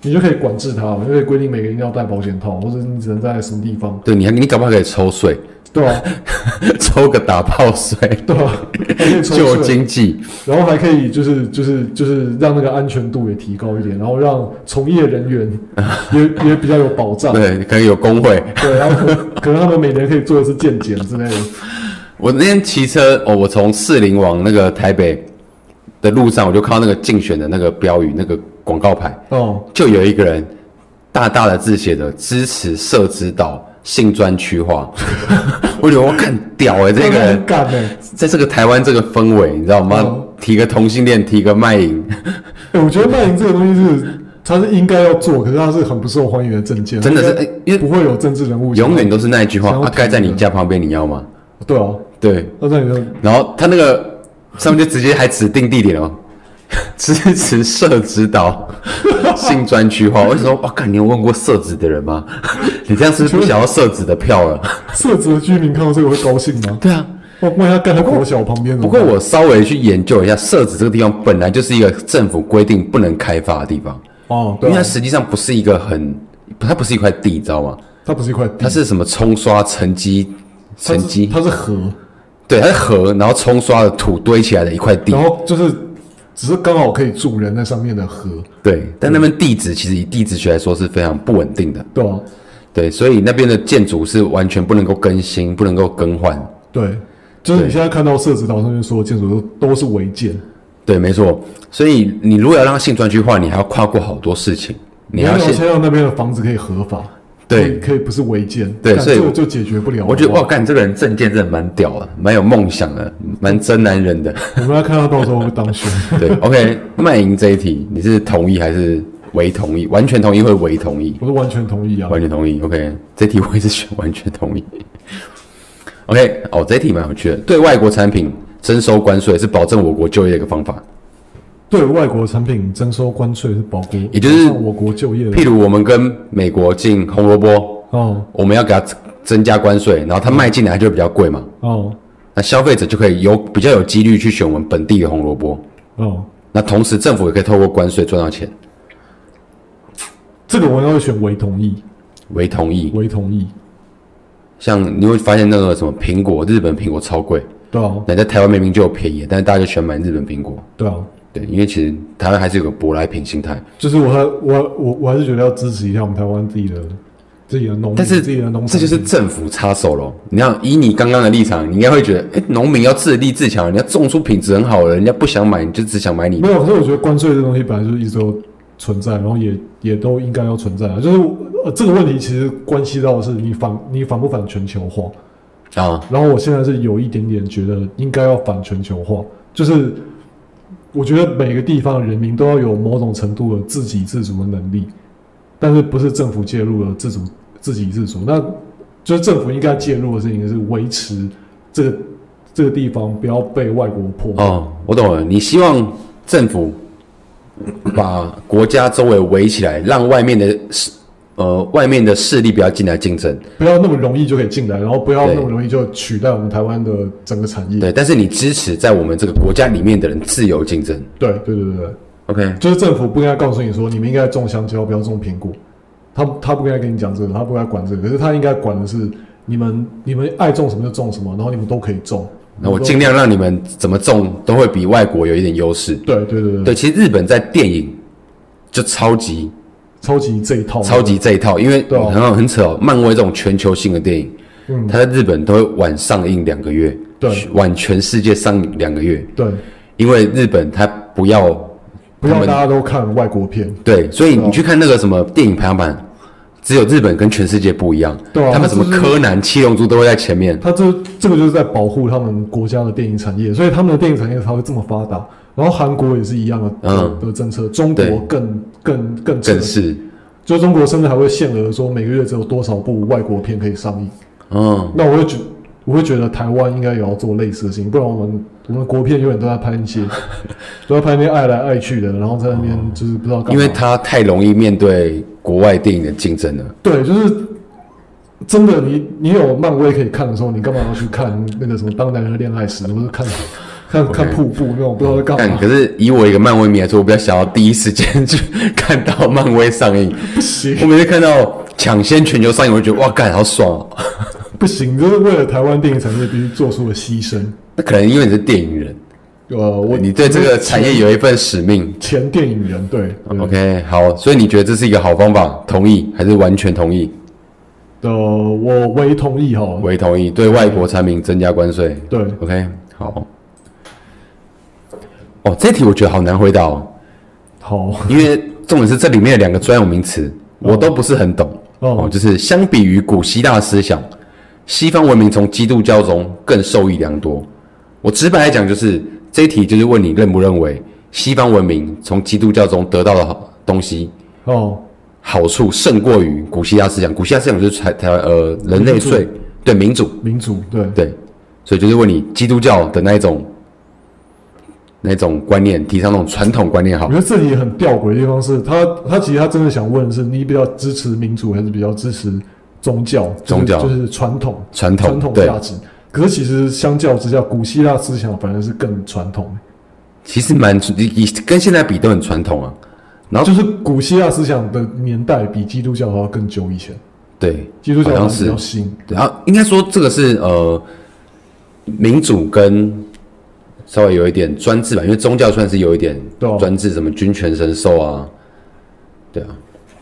你就可以管制它，你就可以规定每个人一定要戴保险套，或者你只能在什么地方，对，你还你搞不好可以抽税，对吧、啊？ 抽个打泡水，对吧、啊？还可以 抽救税经济。然后还可以就是就是就是让那个安全度也提高一点，然后让从业人员 也也比较有保障。对，可能有工会。对，然后可可能他们每年可以做一次健检之类的。我那天骑车，哦，我从士林往那个台北的路上，我就看到那个竞选的那个标语、那个广告牌，哦，就有一个人大大的字写的支持社指导性专区化， 我觉得我看屌哎、欸，这个那人很敢哎、欸在这个台湾这个氛围，你知道吗嗯？提个同性恋，提个卖淫，欸我觉得卖淫这个东西是它是应该要做，可是它是很不受欢迎的证件，真的是应该欸因为不会有政治人物想要永远都是那一句话：想要啊，提盖在你的家旁边，你要吗？对啊，对，那这样你就然后他那个上面就直接还指定地点哦， 支持社指 导性专区化。我就说，哇，干，你有问过社指的人吗？ 你这样是不是不想要社指的票 了？社子的居民看到这个会高兴吗？对啊，我万一他盖在国小旁边怎不么过办，我稍微去研究一下，社子这个地方本来就是一个政府规定不能开发的地方，哦，因对为啊它，实际上不是一个很它不是一块地，你知道吗？它不是一块地，它是什么冲刷沉积沉积？它是它是河，对，它是河，然后冲刷的土堆起来的一块地然。后就是只是刚好可以住人在上面的河，对，但那边地质其实以地质学来说是非常不稳定的，对吧、对，所以那边的建筑是完全不能够更新，不能够更换。对，就是你现在看到社子岛上面所有建筑都都是违建，对，没错。所以你如果要让它性专区化，你还要跨过好多事情，你还要要先先。让那边的房子可以合法，对可以可以不是违建，对干所以这个我就解决不了。我觉得哇，好不好干这个人证件真的蛮屌的，蛮有梦想的，蛮真男人的。我们要看他到时候会当选， 对，OK，卖 淫这一题，你是同意还是唯同意？完全同意会唯同意？我是完全同意啊。完全同意。OK，这题我也是选完全同意。OK，哦，这题蛮有趣的。对外国产品征收关税是保证我国就业的一个方法。对外国产品征收关税是保国，也就是保障我国就业的譬如我们跟美国进红萝卜，哦我们要给它增加关税，然后它卖进来就会比较贵嘛，哦那消费者就可以有比较有几率去选我们本地的红萝卜。哦，那同时，政府也可以透过关税赚到钱。这个我要选唯同意，为同意，唯同意，像你会发现那个什么苹果，日本苹果超贵，对啊那在台湾明明就有便宜，但是大家就喜欢买日本苹果。对啊，对，因为其实台湾还是有个舶来品心态。就是我还我我我还是觉得要支持一下我们台湾自己的自己的农民，但是自己的农产这就是品政府插手咯。你要以你刚刚的立场，你应该会觉得，哎，农民要自立自强，你要种出品质很好的，人家不想买，你就只想买你没。有，可是我觉得关税这东西本来就是一直都存在，然后也也都应该要存在啊。就是呃这个问题其实关系到的是你反你反不反全球化。啊。然后我现在是有一点点觉得应该要反全球化，就是我觉得每个地方的人民都要有某种程度的自给自足的能力，但是不是政府介入了自主自给自足？那就是政府应该介入的事情是维持这个这个地方不要被外国破坏。哦，我懂了，你希望政府把国家周围围起来，让外面的势呃外面的势力不要进来竞争。不要那么容易就可以进来，然后不要对那么容易就取代我们台湾的整个产业。对，但是你支持在我们这个国家里面的人自由竞争。对对对对对， OK，就是政府不应该告诉你说你们应该种香蕉，不要种苹果。他他不应该跟你讲这个，他不应该管这个，可是他应该管的是你们你们爱种什么就种什么，然后你们都可以种。那我你们都尽量让你们怎么种都会比外国有一点优势。对对对对，对，其实日本在电影就超级超级这一套，超级这一套，因为哦对啊很好很扯哦，漫威这种全球性的电影，嗯它在日本都会晚上映两个月，对晚全世界上映两个月，对，因为日本它不要不他要们大家都看外国片，对，所以对啊你去看那个什么电影排行榜，只有日本跟全世界不一样，对啊他们什么就是柯南、七龙珠都会在前面，他这这个就是在保护他们国家的电影产业，所以他们的电影产业才会这么发达。然后韩国也是一样的、嗯的政策，中对国更更更更彻底是，就中国甚至还会限额说每个月只有多少部外国片可以上映。嗯，那我会觉我会觉得台湾应该也要做类似的事情，不然我们我们国片永远都在拍一些 都在拍那些爱来爱去的，然后在那边就是不知道干嘛。哦因为它太容易面对国外电影的竞争了，对，就是真的你你有漫威可以看的时候，你干嘛要去看那个什么《当男人的恋爱时》，或者 看看看瀑布那种不知道在干但嘛？可是以我一个漫威迷来说，我比较想要第一时间去看到漫威上 映，不行我每次看到抢先全球上映，我就觉得哇，干好爽哦！不行，就是为了台湾电影产业必须做出的牺牲。那可能因为你是电影人，呃，我你对这个产业有一哦份使命。前电影人对对 OK，好，所以你觉得这是一个好方法，同意还是完全同意？呃，我唯同意哈。为同意对外国产品增加关税。对， OK，好。哦，这题我觉得好难回答哦，好，因为重点是这里面的两个专有名词我都不是很懂哦哦，就是相比于古希腊思想，西方文明从基督教中更受益良多。我直白来讲，就是这一题就是问你认不认为西方文明从基督教中得到的好东西哦，好处胜过于古希腊思想，古希腊思想就是台台湾呃人类民主最对民主民主对对，所以就是问你基督教的那一种那一种观念，提倡那种传统观念好我觉，得这里很吊诡的地方是，他他其实他真的想问的是，你比较支持民主还是比较支持宗教？就是宗教就是传统传统传统对价值。可是其实相较之下，古希腊思想反而是更传统。其实蛮你你跟现在比都很传统啊，然后就是古希腊思想的年代比基督教还要更久以前，对，基督教好好像像比是较新。对，然后应该说这个是呃，民主跟稍微有一点专制吧，因为宗教算是有一点对啊专制，什么君权神授啊，对啊。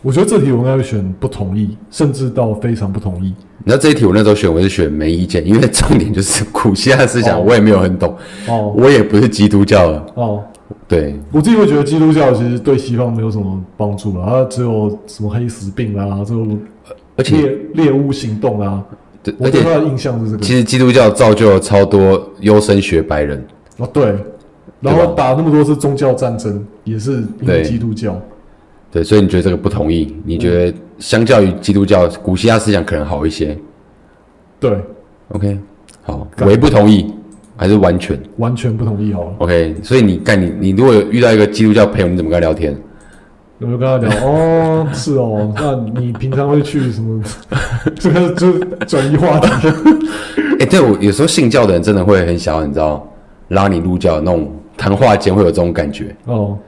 我觉得这题我应该会选不同意，甚至到非常不同意。你知道这一题我那时候选我是选没意见，因为重点就是古希腊思想哦我也没有很懂，哦我也不是基督教了，哦，对，我自己会觉得基督教其实对西方没有什么帮助啦，它只有什么黑死病啦，这种而且猎猎物行动啊啦。对我而对且他的印象是这个其实基督教造就了超多优生学白人，哦，对。然后打那么多次宗教战争，也是因对为基督教。对，所以你觉得这个不同意？你觉得相较于基督教，古希腊思想可能好一些对， ？OK，好，干为不同意还是完全完全不同意好了。 OK？所以你干你你如果有遇到一个基督教朋友，你怎么跟他聊天？我就跟他聊， 哦，是哦，那你平常会去什么？ 这个就转移话题。哎、对我有时候信教的人真的会很想要，你知道拉你入教那种谈话间会有这种感觉。哦，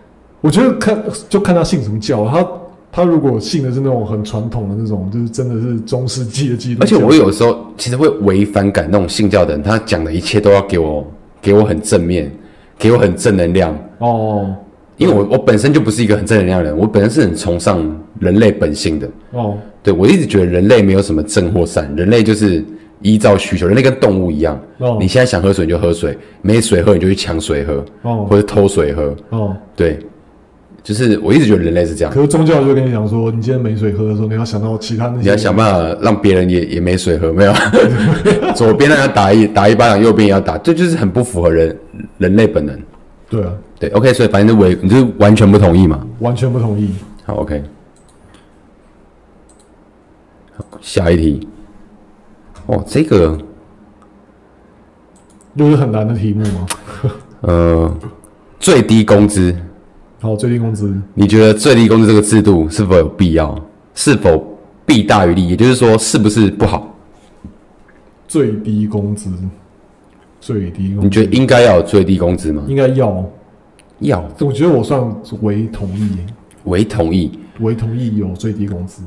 我觉得看就看他信什么教，他他如果信的是那种很传统的那种，就是真的是中世纪的基督而且教，我有时候其实会违反感那种信教的人，他讲的一切都要给我给我很正面，给我很正能量。哦因为我我本身就不是一个很正能量的人，我本身是很崇尚人类本性的。哦对我一直觉得人类没有什么正或善，人类就是依照需求，人类跟动物一样。哦你现在想喝水你就喝水，没水喝你就去抢水喝，哦或者偷水喝。哦。对，就是我一直觉得人类是这样，可是宗教就跟你讲说，你今天没水喝的时候，你要想到其他那些，你要想办法让别人也也没水喝，没有？啊 左边让他打一打一巴掌，右边也要打，这就是很不符合人人类本能。对啊，对，OK，所以反正我你就是完全不同意嘛。完全不同意。好，OK。好，下一题。哦，这个，又是很难的题目嘛。呃，最低工资，好，最低工资，你觉得最低工资这个制度是否有必要？是否弊大于利？也就是说，是不是不好？最低工资，最低工资，你觉得应该要有最低工资吗？应该要？要，我觉得我算为同意，为同意。为同意有最低工资。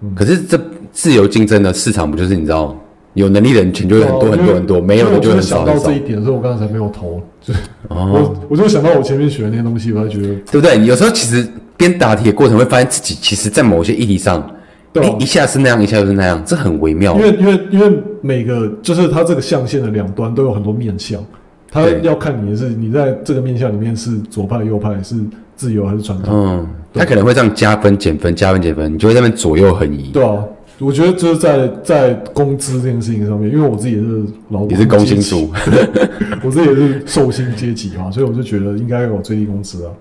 嗯可是这自由竞争的市场不就是你知道，有能力的人钱就会很多很哦因多为很多，没有的因为我就就是很少想到很少这一，点，所以我刚才才没有投。就是哦我我就想到我前面学的那些东西，我才觉得对不对？有时候其实边答题的过程会发现自己其实，在某些议题上，对啊哎，一下是那样，一下又是那样，这很微妙因。为因哦为因为每个就是它这个象限的两端都有很多面向，它对要看你是你在这个面向里面是左派右派，是自由还是传统，嗯，对他可能会这样加分减分加分减分，你就会在那边左右横移。对啊。我觉得就是在在工资这件事情上面，因为我自己也是劳工，也是工薪，族，我自己也是受薪阶级 嘛，所以我就觉得应该有最低工资啊。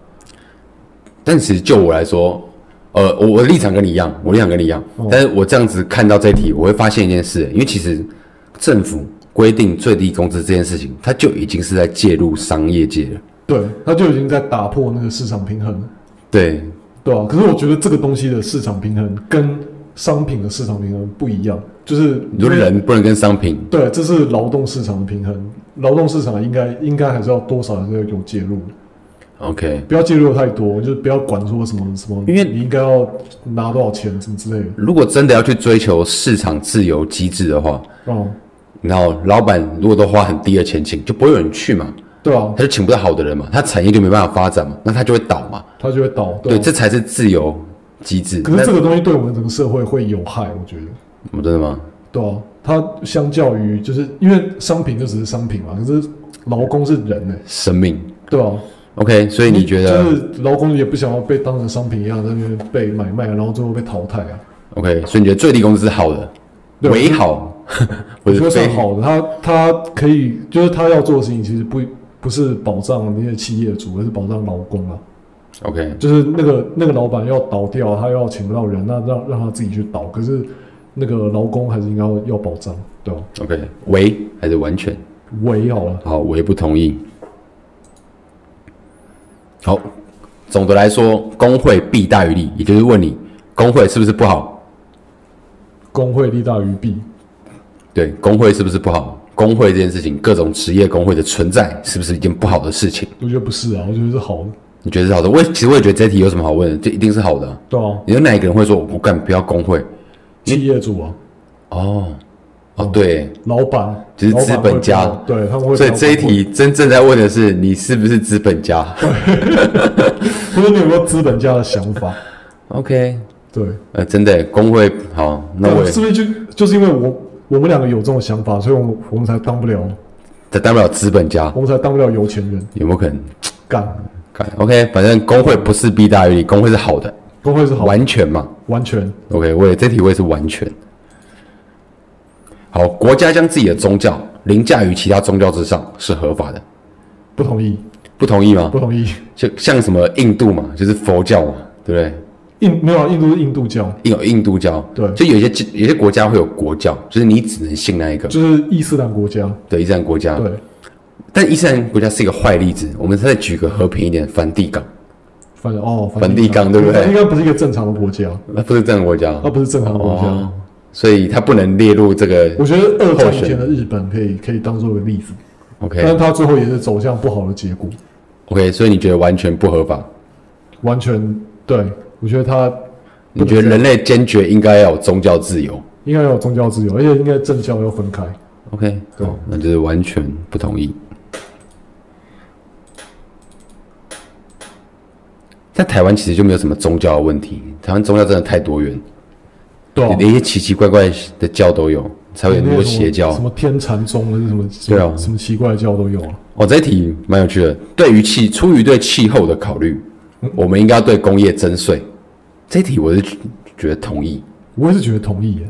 但其实就我来说，呃，我我的立场跟你一样，我立场跟你一样，哦但是我这样子看到这一题，我会发现一件事，因为其实政府规定最低工资这件事情，它就已经是在介入商业界了。对，他就已经在打破那个市场平衡了。对，对啊，可是我觉得这个东西的市场平衡跟商品的市场平衡不一样，就是你说人不能跟商品，对，这是劳动市场的平衡，劳动市场应该应该还是要多少还是要有介入， OK，不要介入得太多，就是不要管说什么什么，因为你应该要拿多少钱什么之类的。如果真的要去追求市场自由机制的话，哦、然后老板如果都花很低的钱请，就不会有人去嘛，对啊他，就请不到好的人嘛，他产业就没办法发展嘛，那他就会倒嘛。它就会倒。对，啊这才是自由机制。可是这那个东西对我们整个社会会有害，我觉得。我真的吗？对啊，它相较于就是因为商品就只是商品嘛，可是劳工是人呢、欸生命对啊， OK，所以你觉得、就是劳工也不想要被当成商品一样在那边被买卖，然后最后被淘汰啊？ OK？所以你觉得最低工资是好的，对为好， 我或觉者非得算好的，他他可以，就是他要做的事情其实不不是保障那些企业主，而是保障劳工啊。 OK？就是那个那个老板要倒掉，他要请不到人，那让让他自己去倒，可是那个劳工还是应该要要保障，对啊吧、 OK，为还是完全为哦好了，好，为不同意。好，总的来说，工会弊大于利，也就是问你，工会是不是不好？工会利大于弊，对，工会是不是不好？工会这件事情，各种职业工会的存在，是不是一件不好的事情？我觉得不是啊，我觉得是好的，你觉得是好的？我也其实我也觉得这题有什么好问的，这一定是好的啊、对啊，你有哪一个人会说我干不要工会？企业主啊，哦，哦对，老板，就是老板资本家会不会对他们会。所以这一，题真正在问的是你是不是资本家不是你有没有资本家的想法？ ？OK，对， 呃，真的工会好，那我也是不是就就是因为我我们两个有这种想法，所以我们我们才当不了，他当不了资本家，我们才当不了有钱人。有没有可能？干，看 OK，反正工会不是弊大于利，工会是好的，工会是好，完全嘛。完全 OK，我也这题我也是完全。好，国家将自己的宗教凌驾于其他宗教之上是合法的，不同意，不同意吗不？同意。就像什么印度嘛，就是佛教嘛，对不对？印没有啊，印度是印度教，印有印度教，对就有些有些国家会有国教，就是你只能信那一个就是伊斯兰国家。对伊斯兰国家。对，但伊斯兰国家是一个坏例子，我们再举个和平一点，梵蒂冈，反正哦，梵蒂冈对不对梵蒂冈不是一个正常的国家，那不是这样的国家，它不是正常的国家。哦，所以它不能列入这个我觉得二战以候选前的日本可以可以当做个例子，但 OK 是它最后也是走向不好的结果， OK，所以你觉得完全不合法？完全对我觉得它你觉得人类坚决应该要有宗教自由应该要有宗教自由，而且应该政教要分开。 ？OK，对好，那就是完全不同意。在台湾其实就没有什么宗教的问题，台湾宗教真的太多元，对啊、连一些奇奇怪怪的教都有，才会有那么多邪教什。么天禅宗还是什么，什对么啊什么奇怪的教都有啊。哦，这一题蛮有趣的。对于气，出于对气候的考虑，嗯我们应该要对工业征税。这一题我是觉得同意，我也是觉得同意耶，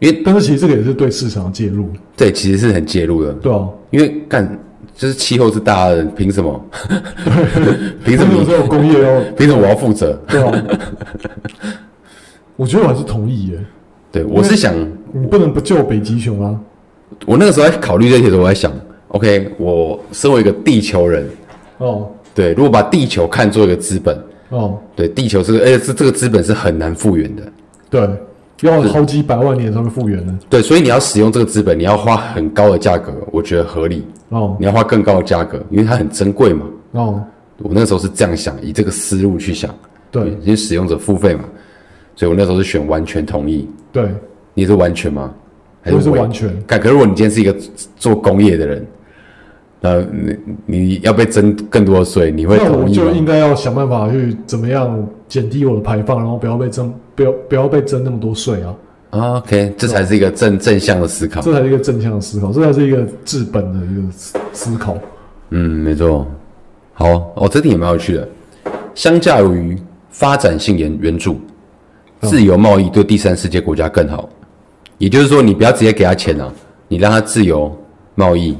因为但是其实这个也是对市场的介入，对其实是很介入的，对啊，因为干就是气候是大家的，凭什么？ 凭什么 你？这种工业要凭什么我要负责？对啊？ 我觉得我还是同意耶，对我是想，你不能不救北极熊啊。我那个时候在考虑这题的时候，我在想，OK，我身为一个地球人，哦对，如果把地球看作一个资本，哦，对，地球是个，而且是这个资本是很难复原的，对，要好几百万年才会复原呢。对，所以你要使用这个资本，你要花很高的价格，我觉得合理。哦你要花更高的价格，因为它很珍贵嘛。哦，我那时候是这样想，以这个思路去想，对因为使用者付费嘛，所以我那时候是选完全同意。对，你也是完全吗？还我也是伪完全干，可是如果你今天是一个做工业的人，那你你要被征更多的税，你会那我同意就应吗？该要想办法去怎么样减低我的排放，然后不要被征，不要不要被征那么多税啊。啊，OK，这才是一个正正向的思考。这才是一个正向的思考，这才是一个治本的一个思思考。嗯，没错。好哦，这题也蛮有趣的。相较于发展性援援助，嗯自由贸易对第三世界国家更好。也就是说，你不要直接给他钱啊，你让他自由贸易，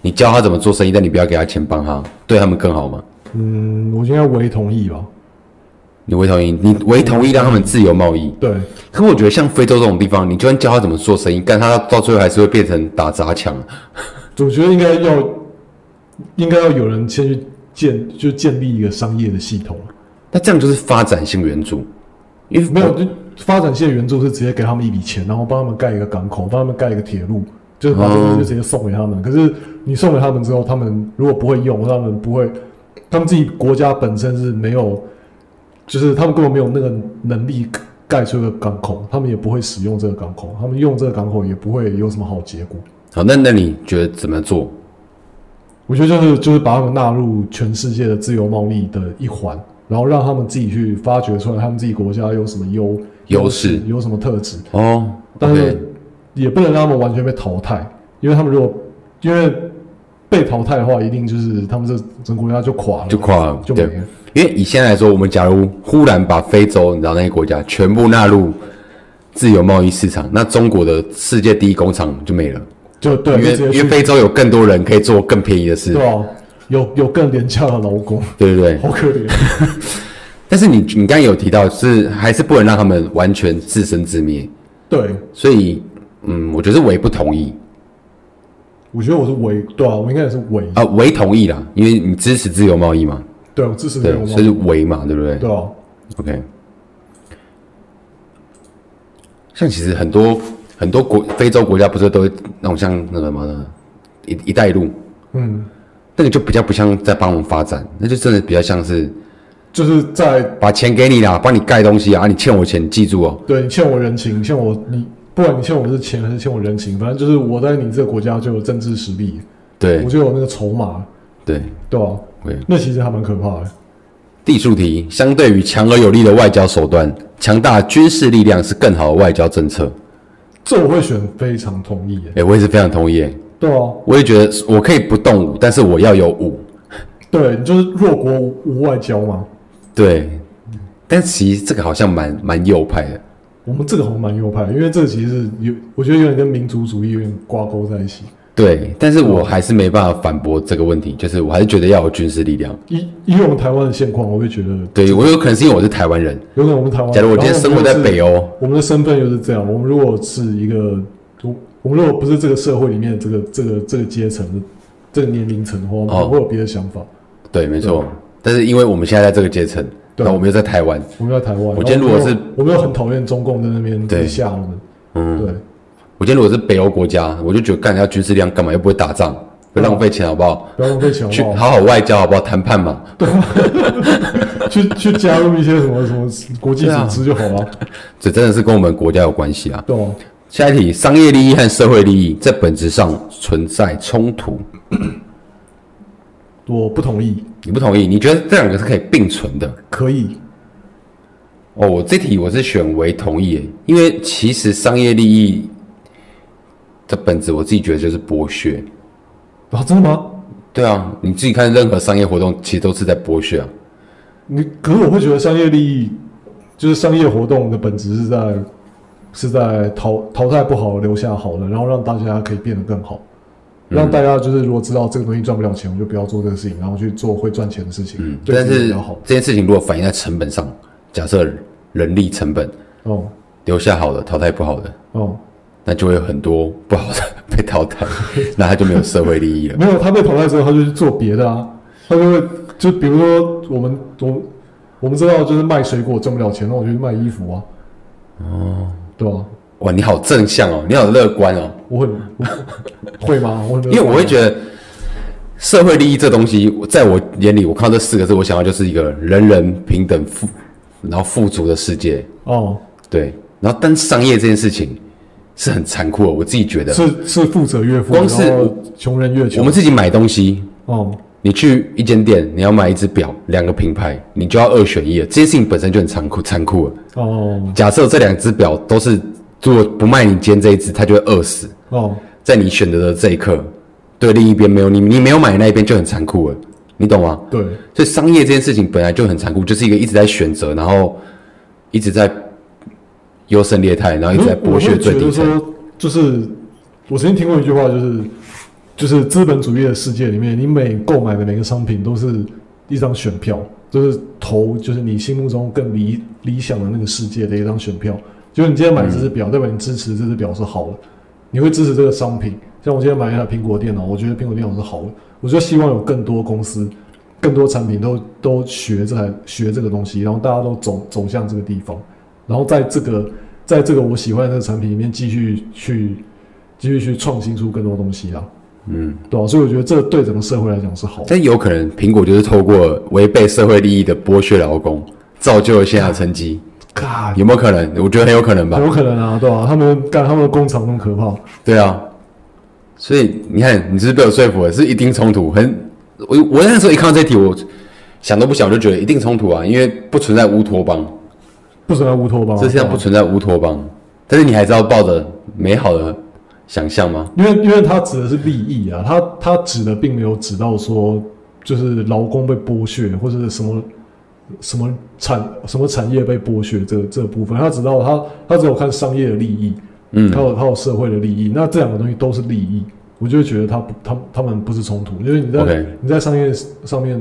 你教他怎么做生意，但你不要给他钱帮他，对他们更好吗？嗯，我应该唯同意吧？你唯同意，你唯同意让他们自由贸易。对，可我觉得像非洲这种地方，你就算教他怎么做生意，但他到最后还是会变成打砸抢。我觉得应该要，应该要有人先去建，就建立一个商业的系统。啊那这样就是发展性援助，哦因为没有，就发展线援助是直接给他们一笔钱，然后帮他们盖一个港口，帮他们盖一个铁路，就是把这个东哦西就直接送给他们。可是你送给他们之后，他们如果不会用，他们不会，他们自己国家本身是没有，就是他们根本没有那个能力盖出一个港口，他们也不会使用这个港口，他们用这个港口也不会有什么好结果。好，那那你觉得怎么做？我觉得就是就是把他们纳入全世界的自由贸易的一环，然后让他们自己去发掘出来他们自己国家有什么优优势有什么特质。哦，但 OK 是也不能让他们完全被淘汰，因为他们如果因为被淘汰的话，一定就是他们这整个国家就垮了，就垮了就没对了。因为以现在来说，我们假如忽然把非洲，你知道那些国家全部纳入自由贸易市场，那中国的世界第一工厂就没了，就对，因为就直接因为去非洲有更多人可以做更便宜的事，对啊，有有更廉价的劳工， 对不对？好可怜。但是你你刚刚有提到是还是不能让他们完全自生自灭，对，所以嗯，我觉得是唯不同意我觉得我是唯对啊，我应该也是唯一，啊，唯同意啦，因为你支持自由贸易嘛，对啊我支持这对个，所以是唯嘛，对不对？对啊， OK，像其实很多很多国非洲国家不是都会那种像那个什么呢一一带一路，嗯，那个就比较不像在帮我们发展，那就真的比较像是就是在把钱给你啦，帮你盖东西啊，啊你欠我钱，你记住哦。对你欠我人情，欠我你，不管你欠我是钱还是欠我人情，反正就是我在你这个国家就有政治实力，对我就有那个筹码，对对吧、啊对，那其实还蛮可怕的。第数题，相对于强而有力的外交手段，强大的军事力量是更好的外交政策。这我会选非常同意耶，哎，我也是非常同意耶。对啊，我也觉得我可以不动武，但是我要有武。对，你就是弱国无无外交嘛。对，但其实这个好像蛮蛮右派的。我们这个好像蛮右派的，因为这个其实是有，我觉得有点跟民族主义有点挂钩在一起。对，但是我还是没办法反驳这个问题，就是我还是觉得要有军事力量。以以我们台湾的现况，我会觉得对我有可能是因为我是台湾人，有可能我们台湾，假如我今天生活在北欧，欧，我们的身份又是这样。我们如果是一个，我我们如果不是这个社会里面的这个这个这个阶层、这个年龄层的话，哦我们可能会有别的想法。对，没错。但是因为我们现在在这个阶层，对那我们又在台湾，我们在台湾，我今天如果是然后我们又很讨厌中共在那边对吓我们，嗯，对我今天如果是北欧国家，我就觉得干要军事力量干嘛？又不会打仗，不浪费钱好不好？不要浪费钱去好不好？好好外交好不好？谈判嘛， 去去加入一些什么什么国际组织就好了，这真的是跟我们国家有关系啊。对吧？下一题，商业利益和社会利益在本质上存在冲突，我不同意，你不同意？你觉得这两个是可以并存的？可以，哦，我这题我是选为同意耶，因为其实商业利益的本质，我自己觉得就是剥削。啊，真的吗？对啊，你自己看任何商业活动，其实都是在剥削啊。你可是我会觉得商业利益就是商业活动的本质是在是在淘淘汰不好留下好的，然后让大家可以变得更好，嗯让大家就是如果知道这个东西赚不了钱，我就不要做这个事情，然后去做会赚钱的事情，嗯，对但自己是比较好。这件事情如果反映在成本上，假设人力成本哦留下好的淘汰不好的，哦，那就会有很多不好的 被淘汰，那他就没有社会利益了。没有他被淘汰之后，他就去做别的啊，他就会就比如说我们我我们知道就是卖水果赚不了钱，那我就去卖衣服啊，哦，对吧、哇，你好正向哦，你好乐观哦，我很会 吗？我很因为我会觉得社会利益这东西，我在我眼里，我看到这四个字，我想要就是一个人人平等富，然后富足的世界。哦。对，然后但商业这件事情是很残酷的，我自己觉得，是是富者越富，光是然后穷人越穷。我们自己买东西，哦，你去一间店，你要买一只表，两个品牌，你就要二选一了。这件事情本身就很残酷，残酷了。哦假设这两只表都是，如果不卖你今天这一只，它就会饿死。哦，在你选择的这一刻，对另一边没有你，你没有买的那一边就很残酷了，你懂吗？对，所以商业这件事情本来就很残酷，就是一个一直在选择，然后一直在优胜劣汰，然后一直在剥削最底嗯层。我会觉得说，就是我曾经听过一句话，就是就是资本主义的世界里面，你每购买的每个商品都是一张选票，就是投就是你心目中更理理想的那个世界的一张选票。就是你今天买这只表，代表你支持这只表是好的，你会支持这个商品。像我今天买一台苹果电脑，我觉得苹果电脑是好的，我就希望有更多公司、更多产品都都学这台学这个东西，然后大家都走走向这个地方，然后在这个在这个我喜欢的这个产品里面继续去继续去创新出更多东西啊，嗯，对吧、所以我觉得这对整个社会来讲是好的。但有可能苹果就是透过违背社会利益的剥削劳工，造就了现在的成绩，嘎，有没有可能？我觉得很有可能吧很。有可能啊，对吧、他们干他们的工厂那么可怕，对啊，所以你看，你是不是被我说服了，是一定冲突。很，我我那时候一看到这题，我想都不想，我就觉得一定冲突啊，因为不存在乌托邦，不存在乌托邦啊、这世界上对不吧存在乌托邦。但是你还是要抱着美好的想象吗？因为因为它指的是利益啊，它它指的并没有指到说就是劳工被剥削或者是什么什么产什么产业被剥削这这部分，它只到它它只有看商业的利益，嗯还有还有社会的利益，那这两个东西都是利益，我就会觉得它不它它们不是冲突，因为你在 OK 你在商业上面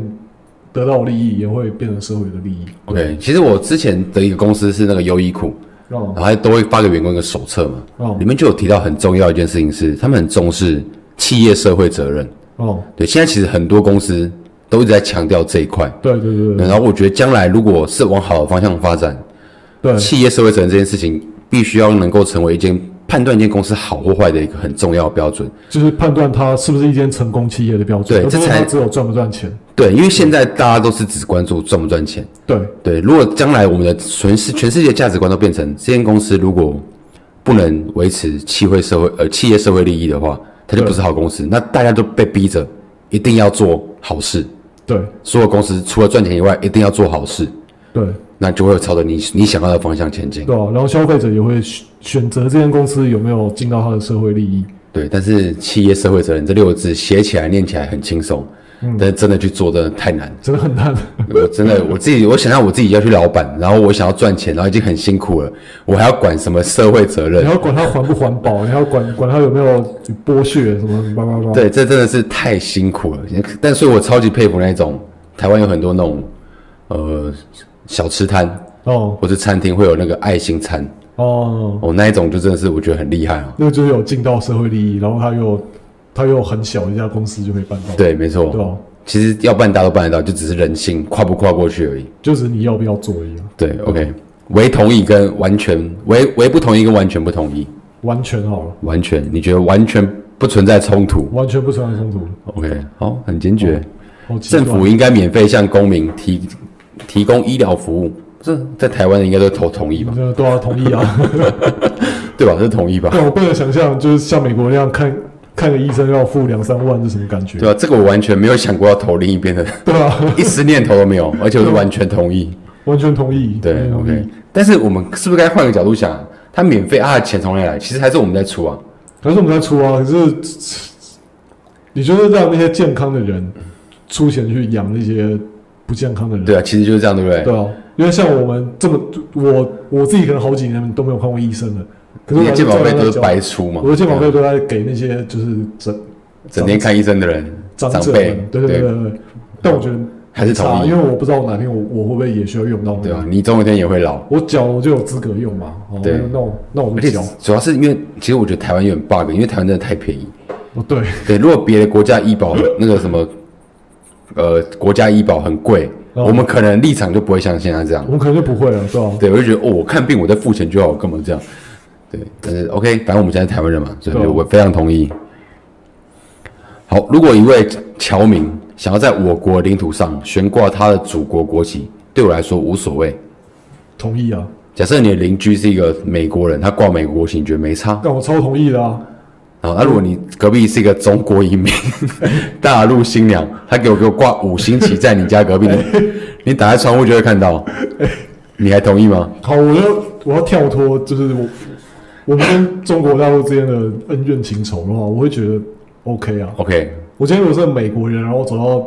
得到的利益也会变成社会的利益， OK，其实我之前的一个公司是那个优衣库，让然后都会发给员工一个手册嘛，哦里面就有提到很重要一件事情是，他们很重视企业社会责任。哦对，现在其实很多公司都一直在强调这一块。对对对对然后我觉得将来如果是往好的方向发展，对，企业社会责任这件事情必须要能够成为一间判断一间公司好或坏的一个很重要的标准。就是判断它是不是一间成功企业的标准，对而不是这才它只有赚不赚钱。对，因为现在大家都是只关注赚不赚钱。对对，如果将来我们的全世全世界价值观都变成这间公司如果不能维持企会社会呃企业社会利益的话，它就不是好公司。那大家都被逼着一定要做好事，对所有公司除了赚钱以外，一定要做好事，对那就会朝着你你想要的方向前进。对啊，然后消费者也会选选择这间公司有没有尽到它的社会利益。对，但是企业社会责任这六个字写起来念起来很轻松，但是真的去做真的太难。真的很难， 我真的我自己，我想象我自己要去老板，然后我想要赚钱，然后已经很辛苦了，我还要管什么社会责任你？要管它环不环保，你还要管管它有没有剥削什么叭叭叭。对，这真的是太辛苦了。但所以我超级佩服那一种台湾有很多那种呃小吃摊哦或是餐厅会有那个爱心餐，哦，哦，那一种就真的是我觉得很厉害啊。那个就是有尽到社会利益，然后它又它又很小一家公司就可以办到。对，没错。对啊其实要办大家都办得到，就只是人性跨不跨过去而已。就是你要不要做啊一样，对，OK，唯同意跟完全唯唯不同意跟完全不同意，完全好了，完全你觉得完全不存在冲突完全不存在冲突。 ？OK，好，很坚决。好奇政怪府应该免费向公民提提供医疗服务，这在台湾人应该都投同意吧？这都要同意啊！ 对吧？这同意吧？但我不能想象，就是像美国那样看看个医生要付两三万是什么感觉对？吧？啊这个我完全没有想过要投另一边的， 对啊，一丝念头都没有，而且我是完全同意。完全同意。嗯完对全同，OK 意。。但是我们是不是该换个角度想啊？他免费啊，他的钱从哪里来？其实还是我们在出啊。可是我们在出啊，可是你就是让那些健康的人出钱去养那些不健康的人。对啊，其实就是这样，对不对？对啊，因为像我们这么，我我自己可能好几年都没有看过医生了。可是你的我还健保照费样都在是交白出嘛？啊我的健保费都在给那些就是整整天看医生的人，长长者辈们，，对对对对对。但我觉得还是差，同因意为，我不知道哪天我我会不会也需要用到那对吧？啊个。你总有一天也会老，我缴我就有资格用嘛。哦对那我那我而就且缴。主要是因为，其实我觉得台湾有点 bug，因为台湾真的太便宜。哦，对，对，如果别的国家医保那个什么，呃，国家医保很贵，哦我们可能立场就不会像现在这样我。们可能就不会了，对啊吧？对，我就觉得哦，我看病我在付钱就好，我干嘛这样？对，但是 OK，反正我们现在台湾人嘛，所以对啊我非常同意。好，如果一位侨民想要在我国领土上悬挂他的祖国国旗，对我来说无所谓。同意啊，假设你的邻居是一个美国人，他挂美国国旗，你觉得没差？但我超同意的啊。啊，那如果你隔壁是一个中国移民， 大陆新娘，她给我给我挂五星旗在你家隔壁，你你打开窗户就会看到，你还同意吗？好，我要我要跳脱，就是我我们跟中国大陆之间的恩怨情仇的话，我会觉得 OK 啊。 OK，我今天如果是美国人，然后走到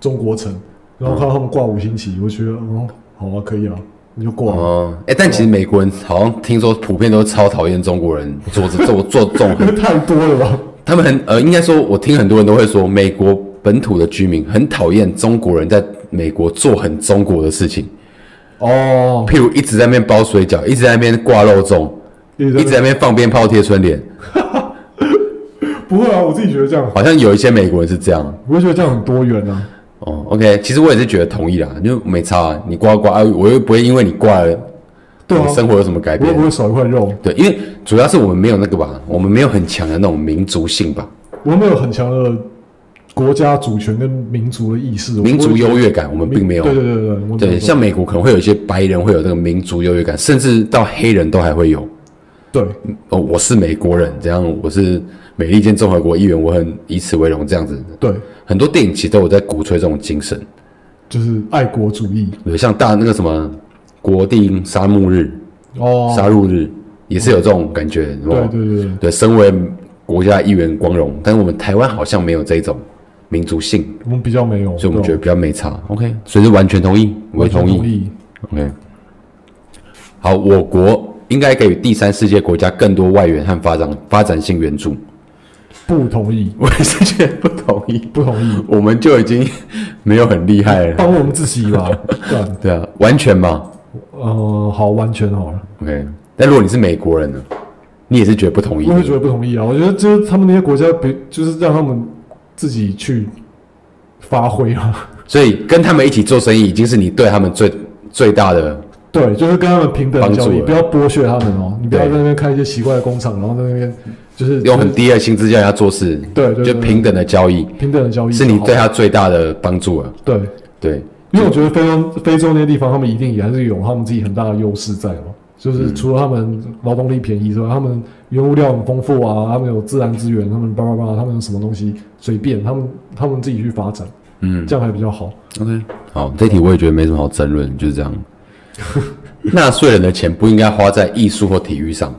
中国城，然后看到他们挂五星旗，我觉得哦，好啊，可以啊，你就挂啊。哦、哎、但其实美国人好像听说普遍都超讨厌中国人做这 做做这种因很，为太多了吧？他们很呃，应该说，我听很多人都会说，美国本土的居民很讨厌中国人在美国做很中国的事情，哦，譬如一直在那边包水饺，一直在那边挂肉粽，一一直在那边放鞭炮贴春联，不会啊，我自己觉得这样，好像有一些美国人是这样。我会觉得这样很多元啊。哦，OK，其实我也是觉得同意啦，就没差啊，你挂挂，啊我又不会因为你挂了，对啊我，生活有什么改我变又不？会少一块肉，对，因为主要是我们没有那个吧，我们没有很强的那种民族性吧，我没有很强的国家主权跟民族的意识，我民不族会觉得优越感我们并没有。对对对对，我没对有像美国可能会有一些白人会有这个民族优越感，甚至到黑人都还会有。对哦，我是美国人，这样我是美利坚共和国议员，我很以此为荣，这样子。对，很多电影其实都有在鼓吹这种精神，就是爱国主义对，像大那个什么国定沙漠日、哦，嗯杀戮日，也是有这种感觉，是吧对对对对，对，身为国家一员光荣，但是我们台湾好像没有这种民族性，我们比较没有，所以我们觉得对吧比较没差。OK，所以是完全同意，我也完全同意。同意， OK，好，我国应该给予第三世界国家更多外援和发展发展性援助。不同意，我也是觉得不同意，不同意，我们就已经没有很厉害了。帮我们自己 吧，干，对啊，完全嘛。呃，好，完全好了， OK，但如果你是美国人呢，你也是觉得不同意我的会觉得不同意啊，我觉得就是他们那些国家，别就是让他们自己去发挥啊，所以跟他们一起做生意已经是你对他们最最大的。 对，就是跟他们平等帮助交易，了不要剥削他们哦，你不要对在那边开一些奇怪的工厂，然后在那边就是用很低的薪资叫他做事，对对对就平等的交易，平等的交易是你就好对他最大的帮助了。对，对，因为我觉得非洲非洲那些地方，他们一定也还是有他们自己很大的优势在嘛。嗯就是除了他们劳动力便宜之外，他们原物料很丰富啊，他们有自然资源，他们叭叭叭，他们有什么东西随便，他们他们自己去发展，嗯这样还比较好。 ，OK，好，这题我也觉得没什么好争论，就是这样。纳税人的钱不应该花在艺术或体育上，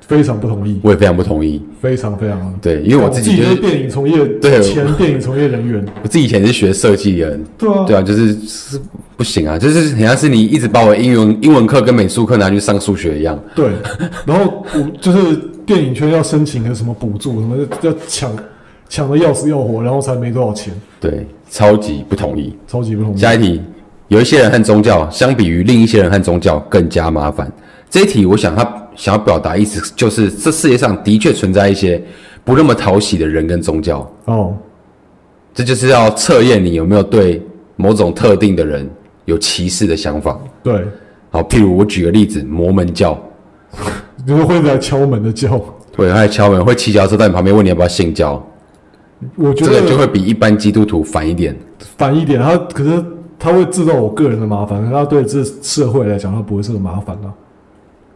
非常不同意，我也非常不同意。非非常非常。对，因为我我自己就就是是电影从业对前电影从业人员，我自己以前是学设计的人，对 啊，对啊，就是是不行啊，就是很像是你一直把我英文英文课跟美术课拿去上数学一样。对，然后我就是电影圈要申请个什么补助，什么要抢抢的要死要活，然后才没多少钱，对，超级不同意。超级不同意。下一题，有一些人和宗教，相比于另一些人和宗教更加麻烦。这一题，我想他想要表达意思就是，这世界上的确存在一些不那么讨喜的人跟宗教，哦，这就是要测验你有没有对某种特定的人有歧视的想法。对，好，譬如我举个例子，摩门教就是会来敲门的叫， 会来敲门，会骑脚踏车在你旁边问你要不要信教，我觉这个就得会比一般基督徒烦一点。烦一点。他可是他会制造我个人的麻烦，可是他对这社会来讲，他不会是个麻烦啊。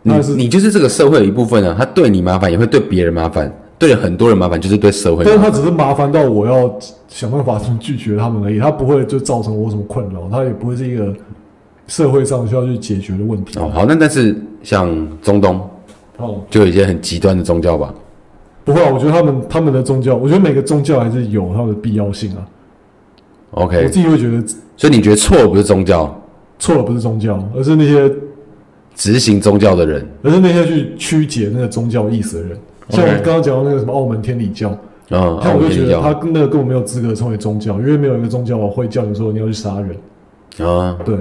你但是你就是这个社会的一部分啊，他对你麻烦，也会对别人麻烦，对很多人麻烦，就是对社会麻但是烦。他只是麻烦到我要想办法拒绝他们而已，他不会就造成我什么困扰，他也不会是一个社会上需要去解决的问题。哦，好，那但是像中东哦，就有一些很极端的宗教吧，不会、啊，我觉得他们他们的宗教，我觉得每个宗教还是有它的必要性啊。我 OK，自己会觉得所以你觉得错不是宗教，错的不是宗教，而是那些执行宗教的人，而是那些去曲解那个宗教意思的人。像我 OK 刚刚讲到那个什么澳门天理教，嗯，像我就跟觉你得讲他那个根本没有资格成为宗教，因为没有一个宗教会叫你说你要去杀人。啊对，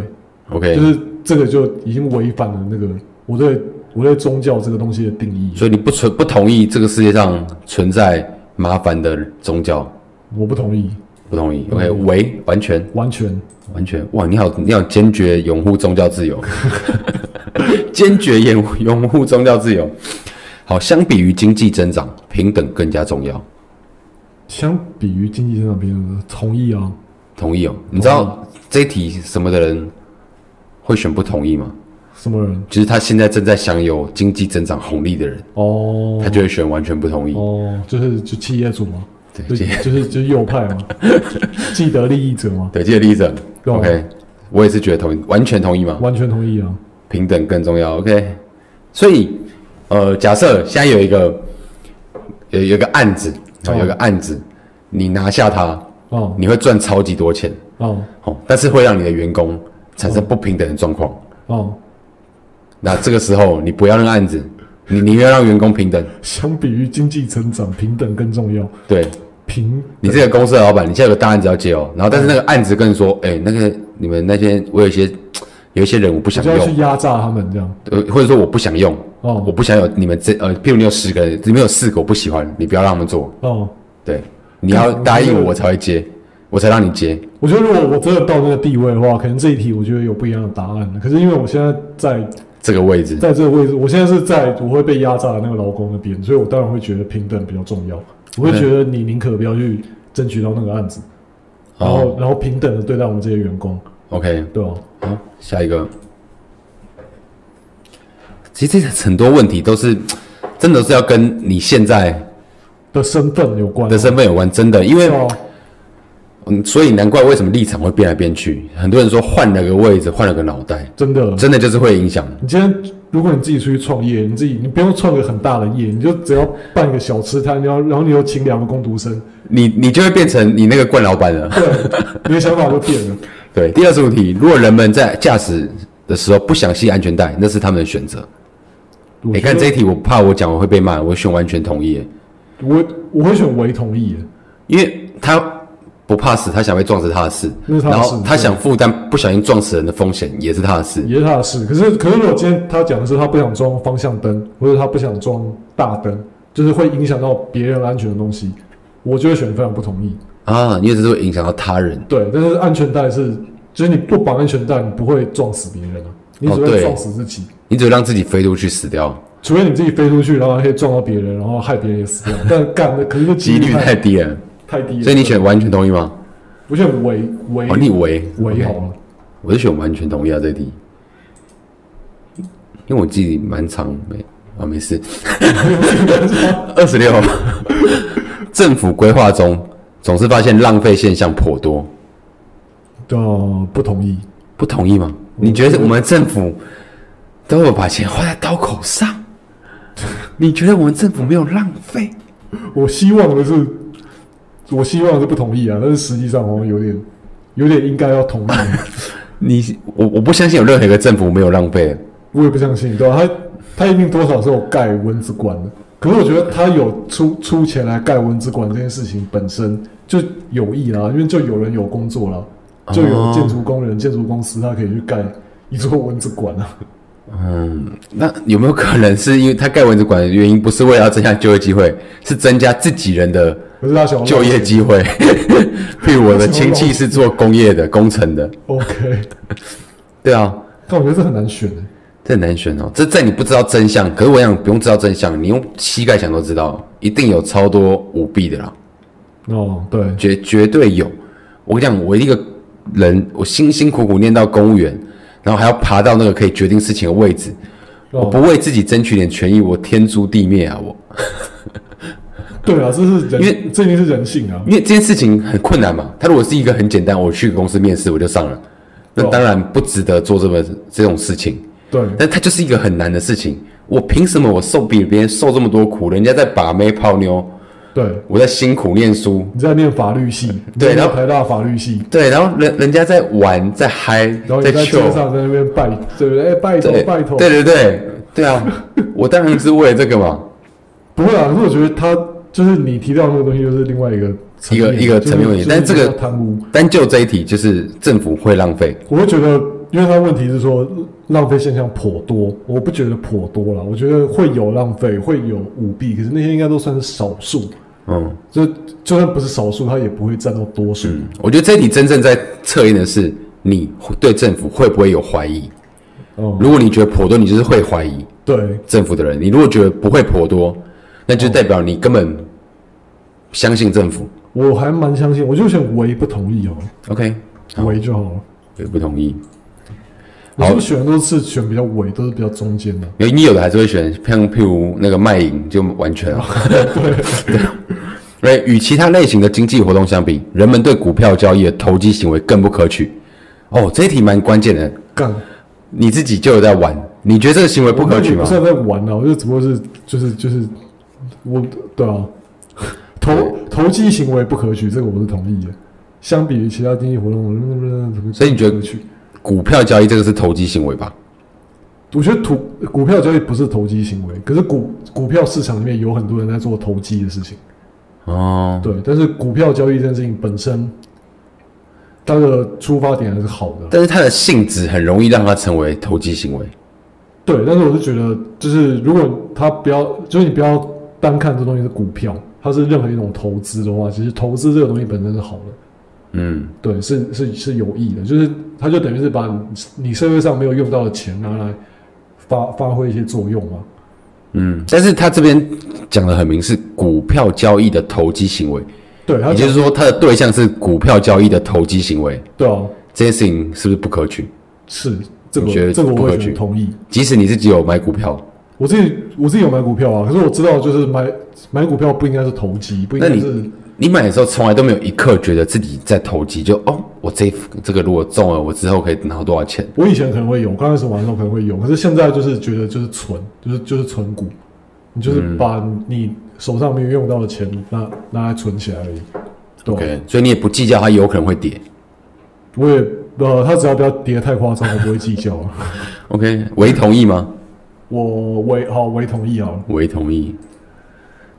，OK，、就是这个就已经违反了那个我对我对宗教这个东西的定义，所以你不存不同意这个世界上存在麻烦的宗教，我不同意，不同意，OK，为完全完全完全，哇，你好，你好坚决拥护宗教自由，坚决拥拥护宗教自由。好，相比于经济增长，平等更加重要。相比于经济增长平等，同意啊，同意哦。你知道这一题什么的人会选不同意吗？什么人？就是他现在正在享有经济增长红利的人，哦他就会选完全不同意。哦，就是就企业主嘛，就对，记就是就是右派嘛， 既得利益者嘛，对，记得 Lisa。对啊 OK，我也是觉得同意，完全同意嘛，完全同意啊。平等更重要。OK，所以呃，假设现在有一个有有一个案子，啊，有一个案子，你拿下它，哦你会赚超级多钱哦哦，但是会让你的员工产生不平等的状况。哦，那这个时候你不要那个案子，你你要让员工平等。相比于经济成长，平等更重要。对平你这个公司的老板，你现在有个大案子要接哦，然后但是那个案子跟你说，哎、那个你们那些我有一些有一些人我不我想就要去用，压榨他们这样。呃，或者说我不想用，哦我不想有你们这呃，譬如你有十个人，里面有四个我不喜欢，你不要让他们做，哦，对，你要干答这应个我才会接，我才让你接。我觉得如果我真的到那个地位的话，可能这一题我觉得有不一样的答案了。可是因为我现在在这个位置在这个位置，我现在是在我会被压榨的那个劳工那边，所以我当然会觉得平等比较重要。我会觉得你宁可不要去争取到那个案子，然哦后、然后平等的对待我们这些员工， ，OK，对吧、好，下一个。其实这很多问题都是真的是要跟你现在的身份有关、啊的身份有关，真的，因为对啊，嗯，所以难怪为什么立场会变来变去。很多人说换了个位置，换了个脑袋，真的。真的就是会影响。你今天如果你自己出去创业，你自己你不用创个很大的业，你就只要办一个小吃摊，然后然后你又请两个工读生，你你就会变成你那个惯老板了。 对，你的想法就变了。对，第二十五题，如果人们在驾驶的时候不想系安全带，那是他们的选择。我你觉看得这一题，我怕我讲我会被骂，我选完全同意耶，我我会选唯同意耶，因为他不怕死，他想被撞死他的事，那是他的然事后对他想负担不小心撞死人的风险也是他的事。也是他的事。可是可是如果今天他讲的是他不想装方向灯，或者他不想装大灯，就是会影响到别人安全的东西，我就会选非常不同意。啊，因为这是会影响到他人。对，但是安全带是，就是你不绑安全带，你不会撞死别人啊，你只哦会对撞死自己。你只会让自己飞出去死掉。除非你自己飞出去，然后可以撞到别人，然后害别人也死掉。但干的可是这几率太低了，太低了，所以你选完全同意吗？我选维维哦，你为维好 OK 了。我是选完全同意啊这一题，因为我记忆蛮长没啊没 事，二十六， 政府规划中总是发现浪费现象颇多，呃，不同意。不同意吗？你觉得我们政府都有把钱花在刀口上？ 你觉得我们政府没有浪费？我希望的是，我希望是不同意啊，但是实际上好像有点，有点应该要 同意。你我我不相信有任何一个政府没有浪费。我也不相信，对吧、他他一定多少是有盖蚊子馆的。可是我觉得他有出出钱来盖蚊子馆这件事情本身就有益啦，因为就有人有工作啦，哦就有建筑工人、建筑公司，他可以去盖一座蚊子馆啊。嗯，那有没有可能是因为他盖蚊子馆的原因，不是为了要增加就业机会，是增加自己人的可是他想要就业机会？ 譬如我的亲戚是做工业的、工程的， OK，对啊，但我觉得这很难选的、欸这很难选哦。这在你不知道真相，可是我想不用知道真相，你用膝盖想都知道，一定有超多舞弊的啦。哦，对，绝绝对有。我跟你讲，我一个人，我辛辛苦苦念到公务员，然后还要爬到那个可以决定事情的位置，我哦不为自己争取点权益，我天诛地灭啊！我对啊，这是人，因为这一定是人性啊。因为这件事情很困难嘛。他如果是一个很简单，我去公司面试我就上了，那哦当然不值得做这么这种事情。对，但它就是一个很难的事情，我凭什么我受比别人受这么多苦？人家在把妹泡妞，对，我在辛苦念书，你在念法律系，对你在然后台大法律系，对，然后人人家在玩，在嗨，然后你在在 chill 街上在那边拜，对不对？哎，拜托对，拜托，对对对，对啊，我当然是为了这个嘛，不会啊，可是我觉得他就是你提到那个东西，就是另外一个层一个面一个就是层面问题就是但这个叫贪污，单就这一题，就是政府会浪费，我会觉得，因为他问题是说浪费现象颇多，我不觉得颇多了，我觉得会有浪费，会有舞弊，可是那些应该都算是少数，嗯就就算不是少数，他也不会占到多数。嗯，我觉得这一题真正在测验的是你对政府会不会有怀疑。哦、如果你觉得颇多，你就是会怀疑对，政府的人；你如果觉得不会颇多，那哦就代表你根本相信政府。我还蛮相信，我就选唯不同意哦， OK，唯就好了。我也不同意。我好是不是选的都是选比较唯，都是比较中间的。因为你有的还是会选，像譬如那个卖淫就完全啊。对，因为与其他类型的经济活动相比，人们对股票交易的投机行为更不可取。哦，这一题蛮关键的，干，你自己就有在玩，你觉得这个行为不可取我那个也不吗？算在玩啊，我就只不过是就是就是我对 啊，投投机行为不可取，这个我是同意的。相比于其他经济活动，我所以你觉得不可取？股票交易这个是投机行为吧？我觉得股股票交易不是投机行为，可是股股票市场里面有很多人在做投机的事情，哦，对。但是股票交易这件事情本身，它的出发点还是好的，但是它的性质很容易让它成为投机行为。对，但是我是觉得，就是如果他不要，就是你不要单看这东西是股票，它是任何一种投资的话，其实投资这个东西本身是好的，嗯，对，是是是有益的，就是它就等于是把你你社会上没有用到的钱拿来发发挥一些作用嘛。嗯，但是他这边讲的很明是股票交易的投机行为，对，它也就是说，他的对象是股票交易的投机行为。对啊，这件事情是不是不可取？是这你觉得个这个不我可也取很同意。即使你自己有买股票，我自己我自己有买股票啊，可是我知道就是买买股票不应该是投机，不应那该你是你买的时候从来都没有一刻觉得自己在投机，就哦，我这这个如果中了，我之后可以拿到多少钱？我以前可能会有，刚开始玩的时候可能会有，可是现在就是觉得就是存，就是就是存股，你就是嗯把你手上没有用到的钱拿拿来存起来而已。对吧 OK，所以你也不计较它有可能会跌。我也呃，它只要不要跌太夸张，我不会计较啊。 OK，唯同意吗？我唯好唯同意啊，唯同意。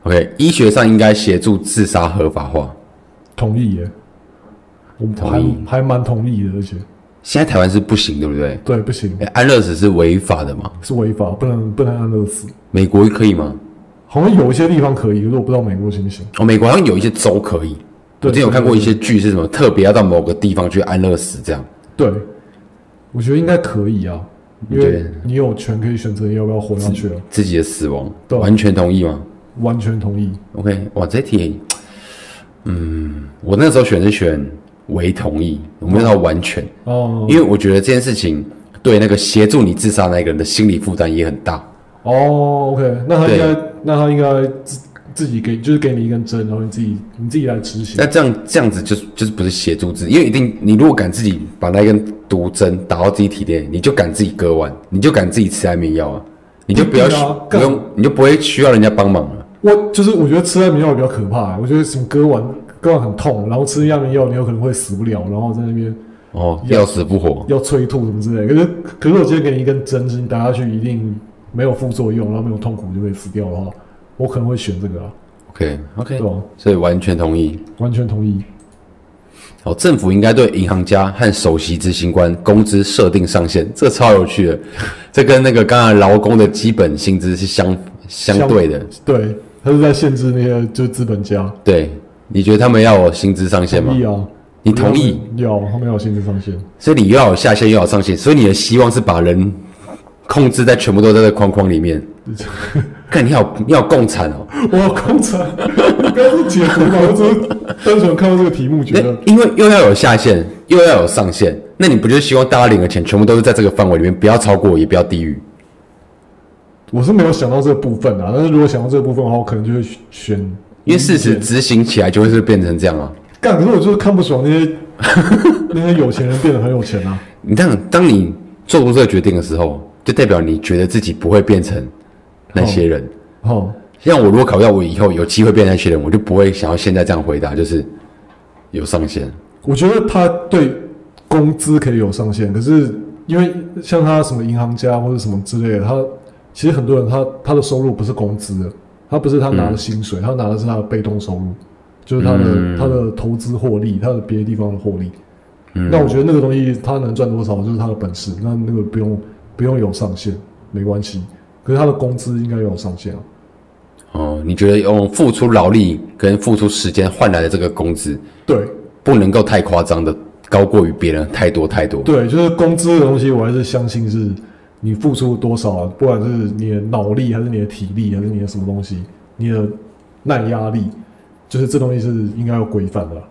OK，医学上应该协助自杀合法化。同意耶，我同意还还蛮同意的，而且现在台湾是不行，对不对？对不行诶安乐死是违法的嘛？是违法，不能不能安乐死。美国可以吗？好像有一些地方可以，可是我不知道美国行不行。哦，美国好像有一些州可以。我对之前有看过一些剧是什么特别要到某个地方去安乐死这样。对，我觉得应该可以啊。因你觉为得你有权可以选择你要不要活下去啊，自己的死亡，对啊完全同意吗完全同意。 ？OK，哇，这题，嗯，我那时候选是选为同意，我没有到完全，哦因为我觉得这件事情对那个协助你自杀那个人的心理负担也很大。哦，OK，那他对应该，那他应该自自己给，就是给你一根针，然后你自己你自己来执行那。这样这样子就是就是不是协助自己，因为一定你如果敢自己把那根毒针打到自己体内，你就敢自己割腕，你就敢自己吃安眠药啊，你就不要一定需的啊不干用，你就不会需要人家帮忙了。我就是我觉得吃安眠药比较可怕、我觉得什么割完割完很痛，然后吃安眠药你有可能会死不了，然后在那边哦，要死不活。要催吐什么之类的。可是可是我今天给你一根针，你打下去一定没有副作用，然后没有痛苦就会死掉的话，我可能会选这个啊， OK OK，对吧？所以完全同意。完全同意。哦，政府应该对银行家和首席执行官工资设定上限，这超有趣的。这跟那个刚才劳工的基本薪资是相相对的。对，他是在限制那些就是资本家。对，你觉得他们要有薪资上限吗同？意啊，你同意？？要，他们要有薪资上限。所以你又要有下限，又要有上限，所以你的希望是把人控制在全部都在这个框框里面。看你好，你好共产哦！我刚才刚刚是解读嘛，我只是单纯看到这个题目，觉那得因为又要有下限，又要有上限，那你不就希望大家领的钱全部都是在这个范围里面，不要超过，也不要低于？我是没有想到这个部分啊。但是如果想到这个部分的话，我可能就会选。因为事实执行起来就会是变成这样啊。干，可是我就是看不爽那些 那些有钱人变得很有钱啊。你这样，当你做出这个决定的时候，就代表你觉得自己不会变成那些人。哦，像我如果考虑到我以后有机会变成那些人，我就不会想要现在这样回答，就是有上限。我觉得他对工资可以有上限，可是因为像他什么银行家或者什么之类的，他其实很多人他他的收入不是工资的，他不是他拿的薪水，他拿的是他的被动收入，就是他的、他的投资获利，他的别的地方的获利。那我觉得那个东西他能赚多少就是他的本事，那那个不用不用有上限，没关系。可是他的工资应该有上限啊。哦，你觉得用付出劳力跟付出时间换来的这个工资，对不能够太夸张的高过于别人太多太多。对，就是工资这个东西，我还是相信是你付出多少，啊不管是你的脑力还是你的体力还是你的什么东西，你的耐压力，就是这东西是应该要规范的啦。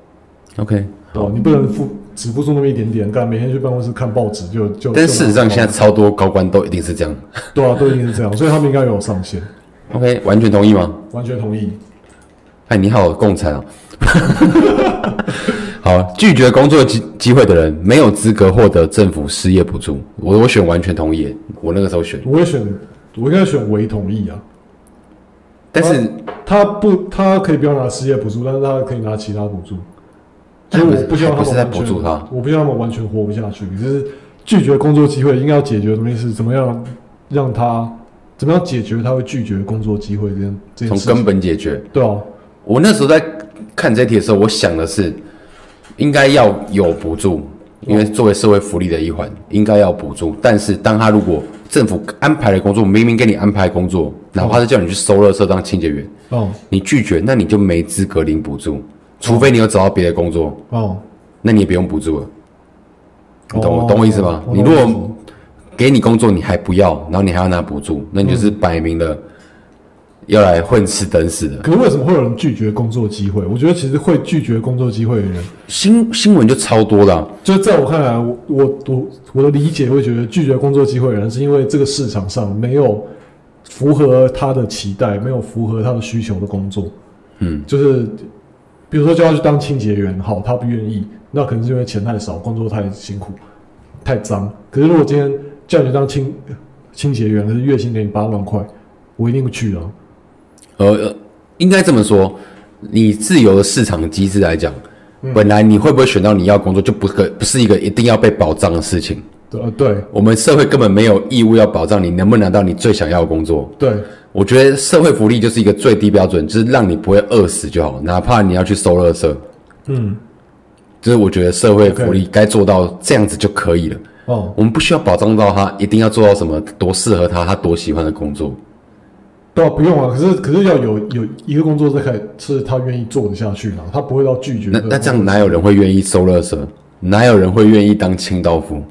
OK，对吧，你不能付只付出那么一点点，干每天去办公室看报纸就就。但就事实拿上到现在超多高官都一定是这样。对啊，都一定是这样，所以他们应该有上限， OK，完全同意吗？完全同意。哎，你好，共产哦。 好，拒绝工作机机会的人没有资格获得政府失业补助。我我选完全同意，我那个时候选，我会选，我应该选唯同意啊。但是、他不，他可以不要拿失业补助，但是他可以拿其他补助。所以我不希望还他不们是在完全，补助他我不希望他们完全活不下去。就是拒绝工作机会，应该要解决的东西是怎么样让他，怎么样解决他会拒绝工作机会这件这件从事根情。本解决。对啊，我那时候在看这题的时候，我想的是，应该要有补助，因为作为社会福利的一环，应该要补助。但是，当他如果政府安排了工作，明明给你安排工作，然后他就叫你去收垃圾当清洁员，哦你拒绝，那你就没资格领补助，除非你有找到别的工作，哦，那你也不用补助了。你懂我、哦懂我意思吗？我懂你如意思果给你工作你还不要，然后你还要拿补助，那你就是摆明了要来混吃等死的。可是为什么会有人拒绝工作机会？我觉得其实会拒绝工作机会的人，新新闻就超多了啊、就是在我看来，我我我我的理解会觉得拒绝工作机会的人，是因为这个市场上没有符合他的期待，没有符合他的需求的工作。嗯，就是比如说叫他去当清洁员，好，他不愿意，那可能是因为钱太少，工作太辛苦，太脏。可是如果今天叫你去当清清洁员，可是月薪给你八万块，我一定去啊。呃，应该这么说，你自由的市场机制来讲，嗯本来你会不会选到你要的工作，就不可不是一个一定要被保障的事情。对呃对我们社会根本没有义务要保障你能不能拿到你最想要的工作。对我觉得社会福利就是一个最低标准，就是让你不会饿死就好，哪怕你要去收垃圾，嗯就是我觉得社会福利该做到这样子就可以了。哦我们不需要保障到他一定要做到什么多适合他，他多喜欢的工作。对啊，不用啊。可是可是要有有一个工作是可以是他愿意做得下去的啊，他不会到拒绝那的。那这样哪有人会愿意收垃圾？哪有人会愿意当清道夫？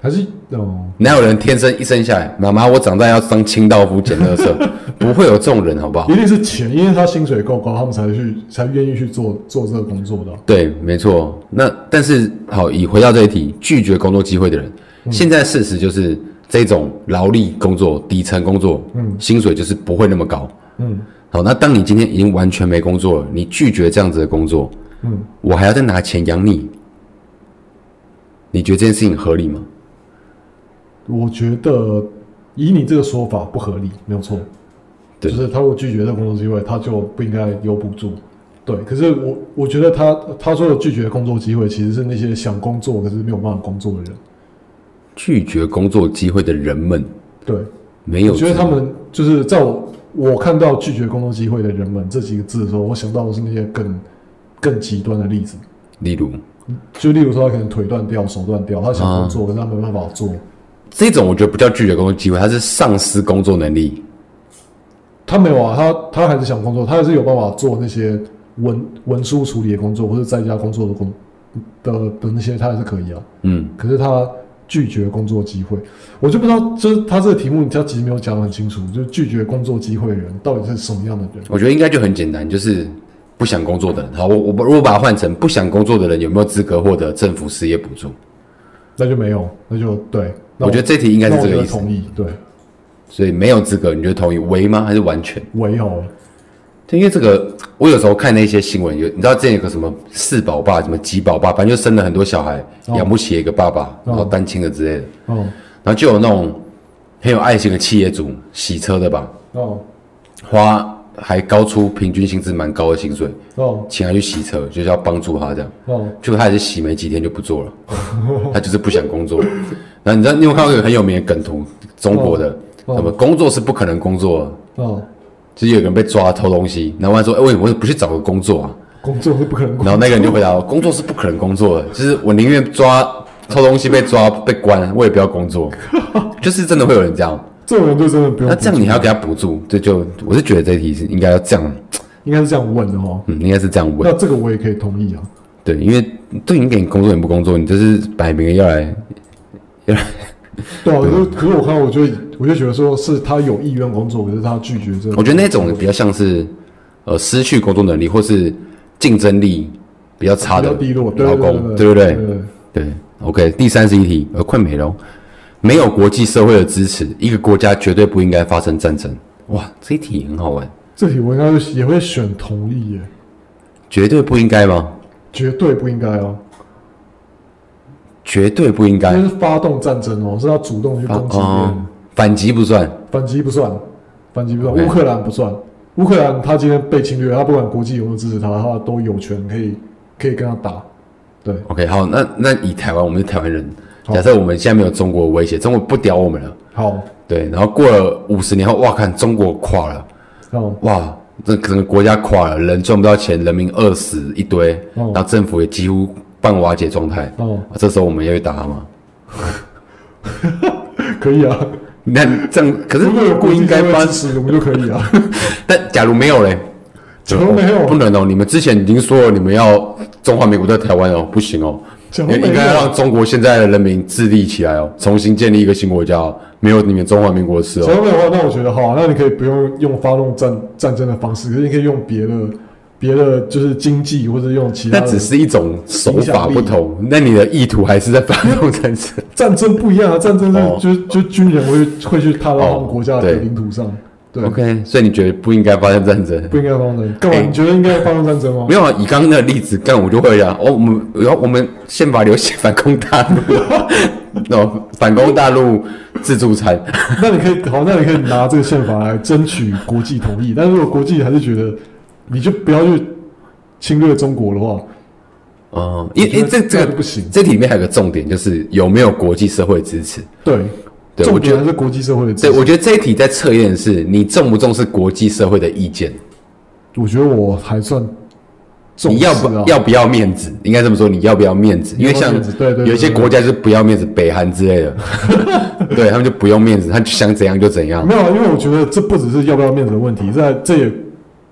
还是哦，哪有人天生一生下来，妈妈我长大要当清道夫捡垃圾？不会有这种人，好不好一？定是钱，因为他薪水够高，他们才去才愿意去做做这个工作的啊。对，没错。那但是好，以回到这一题，拒绝工作机会的人，现在事实就是这种劳力工作、底层工作，嗯，薪水就是不会那么高。嗯，好，那当你今天已经完全没工作了，你拒绝这样子的工作，嗯，我还要再拿钱养你，你觉得这件事情合理吗？我觉得以你这个说法不合理，没有错。对就是他如果拒绝这个工作机会，他就不应该有补助。对，可是我我觉得他他说的拒绝工作机会，其实是那些想工作可是没有办法工作的人。拒绝工作机会的人们，对，没有我觉得资他们就是在我我看到拒绝工作机会的人们这几个字的时候，我想到的是那些更更极端的例子，例如就例如说他可能腿断掉、手断掉，他想工作，可是他没办法做。这种，我觉得不叫拒绝工作机会，它是丧失工作能力。他没有啊，他他还是想工作，他还是有办法做那些文文书处理的工作，或者在家工作的工的的那些，他还是可以啊。嗯，可是他拒绝工作机会，我就不知道，就是他这个题目，他其实没有讲得很清楚，就是拒绝工作机会的人到底是什么样的人？我觉得应该就很简单，就是不想工作的人。好，我我如果把它换成不想工作的人，有没有资格获得政府失业补助？那就没有，那就对。那我觉得这题应该是这那个我意就思。同意，对，所以没有资格，你觉得同意为吗？还是完全？唯有对，因为这个，我有时候看那些新闻，有你知道之前有个什么四宝爸，什么几宝爸，反正就生了很多小孩，哦养不起一个爸爸，然后哦单亲的之类的，哦然后就有那种很有爱心的企业主，洗车的吧，哦花还高出平均薪资蛮高的薪水，哦请他去洗车，就是要帮助他这样。哦，就他也是洗没几天就不做 了，他就是不想工作。然后你知道，你有看过一个很有名的梗图，中国的哦哦什么工作是不可能工作的，哦，就是有个人被抓偷东西，然后他说：“哎，为什么不去找个工作啊工作是不可能？”工然后那个人就回答我：“工作是不可能工作的，就是我宁愿抓偷东西被抓被关，我也不要工作。” 就是真的会有人这样，这种人就真的不用那补助。这样你还要给他补助，这就我是觉得这题是应该要这样，应该是这样问的哦。嗯，应该是这样问那。这个我也可以同意啊。对，因为对你给你工作你不工作，你这是摆明了要来对啊，可是可是我看到我就我就觉得说是他有意愿工作，可是他拒绝这个。我觉得那种比较像是呃失去工作能力或是竞争力比较差比的较低落，对劳对工，对对不对？对对，OK，第三十一题，呃，快没了哦。没有国际社会的支持，一个国家绝对不应该发生战争。哇，这一题很好玩，这题我应该也会选同意耶，绝对不应该吗？绝对不应该哦，绝对不应该因为是发动战争哦，是他主动去啊攻击别人，反击不算，反击不算，反击不算， OK 乌克兰不算，乌克兰他今天被侵略，他不管国际有没有支持他，他都有权可以可以跟他打，对， OK，好，那那以台湾，我们是台湾人，好假设我们现在没有中国的威胁，中国不屌我们了，好，对，然后过了五十年后，哇，看中国垮了，哦哇，这整个国家垮了，人赚不到钱，人民饿死一堆，哦然后政府也几乎半瓦解状态。啊哦，这时候我们要去打他吗？可以 啊，那这样可是如果有不国际应该社会发支，持，我们就可以啊，但假如没有嘞， 假如没不有，啊能哦。你们之前已经说了，你们要中华民国在台湾哦，不行哦，假如没有应该要让中国现在的人民自立起来哦，重新建立一个新国家哦，没有你们中华民国的事假哦。如没有的话，那我觉得好啊，那你可以不用用发动战战争的方式，可是你可以用别的别的，就是经济或者用其他那的只是一种手影法响力不同，那你的意图还是在发动战争。战争不一样啊，战争是哦就、就军人会会去踏到他哦们国家的对哦领土上，对 OK，所以你觉得不应该发生战争？不应该发动战争。干嘛？哎你觉得应该发动战争吗没？有啊，以刚刚那个例子，干我就会啊，哦，我们然后我们宪法留写反攻大陆， 哦，反攻大陆自助餐，那你可以好，那你可以拿这个宪法来争取国际同意。但如果国际还是觉得你就不要去侵略中国的话，哦，因因为我觉这得这样个就不行这里面还有个重点就是有没有国际社会支持？对，对重我觉点得还是国际社会的支对，持。我觉得这一题在测验的是你重不重视国际社会的意见，我觉得我还算重你视要啊，不要不要面子？应该这么说，你要不要面子？因为要不要像面子对对对有些对国家就是不要面子，北韩之类 的，对他们就不用面子，他就想怎样就怎样。没有啊，因为我觉得这不只是要不要面子的问题，这这也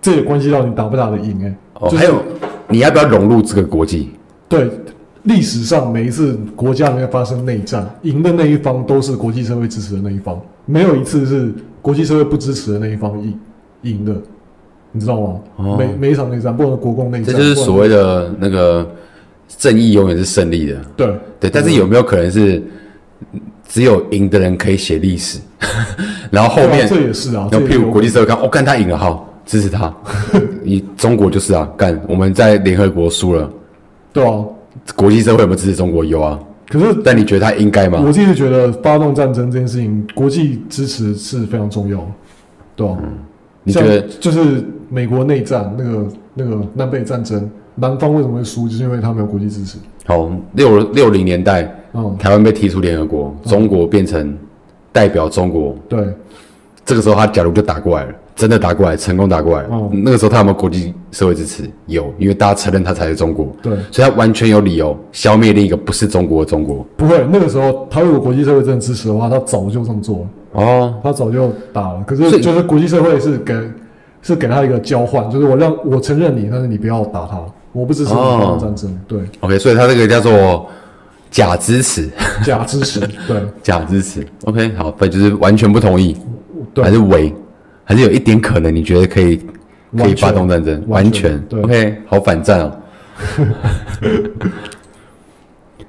这也关系到你打不打得赢哎、哦，就是还有你要不要融入这个国际？对，历史上每一次国家里面发生内战，赢的那一方都是国际社会支持的那一方，没有一次是国际社会不支持的那一方赢赢的，你知道吗？哦每每一场内战，不管国共内战，这就是所谓谓的那个正义永远是胜利的，对对。嗯但是有没有可能是只有赢的人可以写历史， 然后后对啊面这也是啊，然后这譬也如有国际社会看，我、看他赢了，好支持他。 你中国就是啊，干我们在联合国输了，对啊，国际社会有没有支持中国？有啊，可是但你觉得他应该吗我？自己觉得发动战争这件事情，国际支持是非常重要的，对吧、嗯你觉得像就是美国内战那个那个南北战争，南方为什么会输，就是因为他没有国际支持。好？六六零年代，嗯，台湾被踢出联合国，中国变成代表中国，对，这个时候他假如就打过来了，真的打过来，成功打过来了，哦那个时候他有没有国际社会支持？有，因为大家承认他才是中国，对所以他完全有理由消灭另一个不是中国的中国。不会，那个时候他如果国际社会真的支持的话，他早就这么做了，哦，他早就打了。可所是以就是国际社会是给是给他一个交换，就是我让我承认你，但是你不要打他，我不支持你哦发动战争，对， OK，所以它这个叫做假支持， 假支持，对假支持。OK，好，那就是完全不同意，还对是伪，还是有一点可能你觉得可以可以完全发动战争，完完全全对 OK，好反战 哦。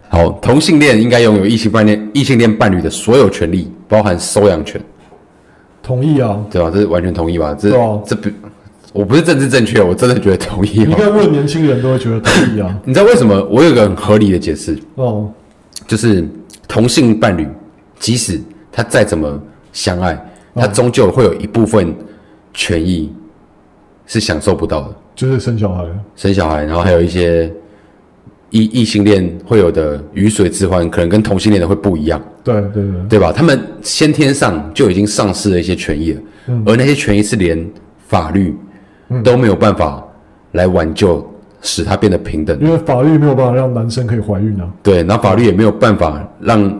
好，同性恋应该拥有异性伴恋异性恋伴侣的所有权利，包含收养权，同意啊。对吧？这是完全同意吧？这、对啊这不，我不是政治正确，我真的觉得同意、应哦。该问年轻人都会觉得同意啊，你知道为什么？我有一个很合理的解释，哦、就是同性伴侣，即使他再怎么相爱，他终究会有一部分权益是享受不到的，就是生小孩，生小孩，然后还有一些异异性恋会有的鱼水之欢，可能跟同性恋的会不一样，对对对，对吧？他们先天上就已经丧失了一些权益了，而那些权益是连法律都没有办法来挽救，使它变得平等的。因为法律没有办法让男生可以怀孕啊，对，然后法律也没有办法让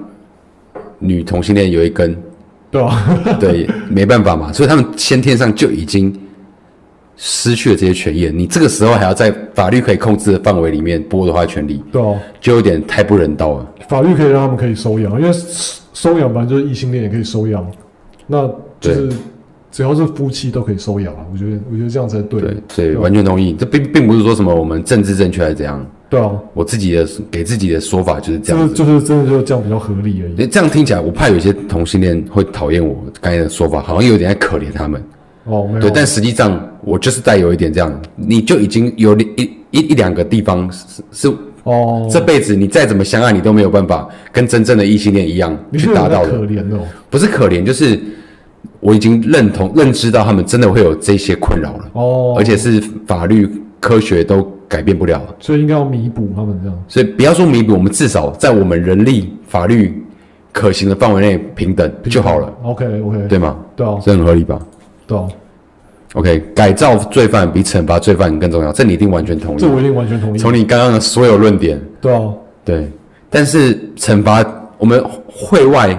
女同性恋有一根，对吧、啊对，没办法嘛，所以他们先天上就已经失去了这些权益了。你这个时候还要在法律可以控制的范围里面剥夺他的权利， 对啊，就有点太不人道了。法律可以让他们可以收养，因为收收养本来就是异性恋也可以收养，那就是只要是夫妻都可以收养啊，我觉得我觉得这样才是对的对，所以完全同意，这并并不是说什么我们政治正确还是怎样，对啊，我自己的给自己的说法就是这就样是子。就是真的就是这样比较合理而已，诶这样听起来，我怕有些同性恋会讨厌我刚才的说法，好像有点在可怜他们。哦，没有，对，但实际上我就是带有一点这样，你就已经有一一一一两个地方是是哦，这辈子你再怎么相爱，你都没有办法跟真正的异性恋一样你去是达达到到的可，怜哦，不是可怜，就是我已经认同认知到他们真的会有这些困扰了，哦，而且是法律科学都改变不了了，所以应该要弥补他们这样，所以不要说弥补，我们至少在我们人力法律可行的范围内平等就好了， ，OK OK，对吗？对啊这很合理吧对啊， ？OK，改造罪犯比惩罚罪犯更重要，这你一定完全同意。这我一定完全同意，从你刚刚的所有论点，对啊，对，但是惩罚我们会外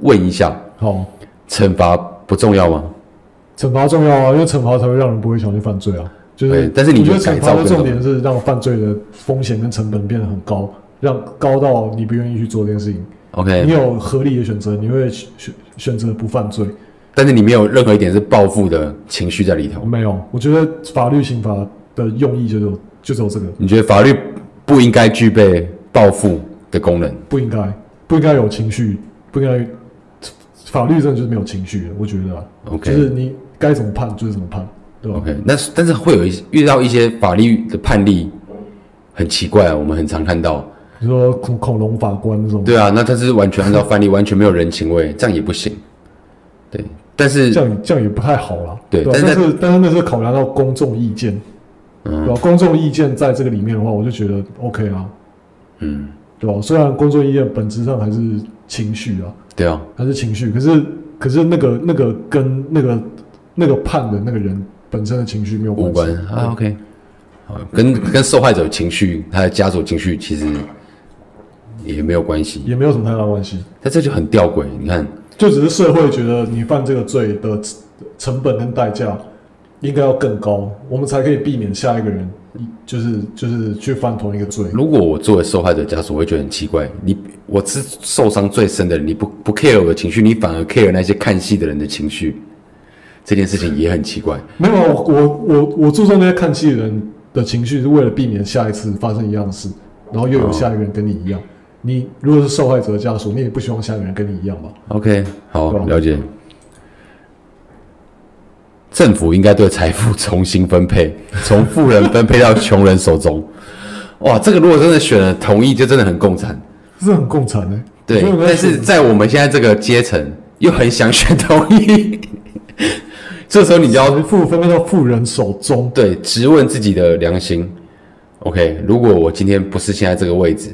问一下，好，惩罚不重要吗？惩罚重要啊，因为惩罚才会让人不会想去犯罪啊。就是，对但是你我觉得就改惩造罚的更重多点是让犯罪的风险跟成本变得很高，让高到你不愿意去做这件事情。你 OK，有合理的选择，你会选选选择不犯罪。但是你没有任何一点是报复的情绪在里头。没有，我觉得法律刑罚的用意就只有就只有这个，你觉得法律不应该具备报复的功能？不应该不应该有情绪，不应该法律真的就是没有情绪的，我觉得啊、 OK 就是你该怎么判就是怎么判，对吧 OK，那但是会有一些遇到一些法律的判例很奇怪、啊，我们很常看到。你说恐恐龙法官那种，对啊，那他是完全按照范例，完全没有人情味，这样也不行。对，但是这样也这样也不太好啦。对啊但是但是但是那是考量到公众意见，嗯对吧、公众意见在这个里面的话，我就觉得 OK 啊，嗯，对吧、虽然公众意见本质上还是情绪啊，对啊，还是情绪，可是可是那个那个跟那个那个判的那个人本身的情绪没有无关关系。啊，OK，好，跟跟受害者情绪，他的家属情绪其实也没有关系，也没有什么太大关系，但这就很吊诡。你看，就只是社会觉得你犯这个罪的成成本跟代价应该要更高，我们才可以避免下一个人就是就是去犯同一个罪。如果我作为受害者家属，我会觉得很奇怪。你我是受伤最深的人，你不不 care 我的情绪，你反而 care 那些看戏的人的情绪，这件事情也很奇怪。没有，啊我我我我注重那些看戏的人的情绪，是为了避免下一次发生一样的事，然后又哦有下一个人跟你一样。你如果是受害者的家属，你也不希望下一个人跟你一样吧？ OK，好，对啊了解。政府应该对财富 重新分配，从富人分配到穷人手中。哇，这个如果真的选了同意，就真的很共产。这是很共产的、欸。对所以，我在但是想在我们现在这个阶层，又很想选同意。 这时候你就要财富分配到富人手中，对质问自己的良心。OK，如果我今天不是现在这个位置，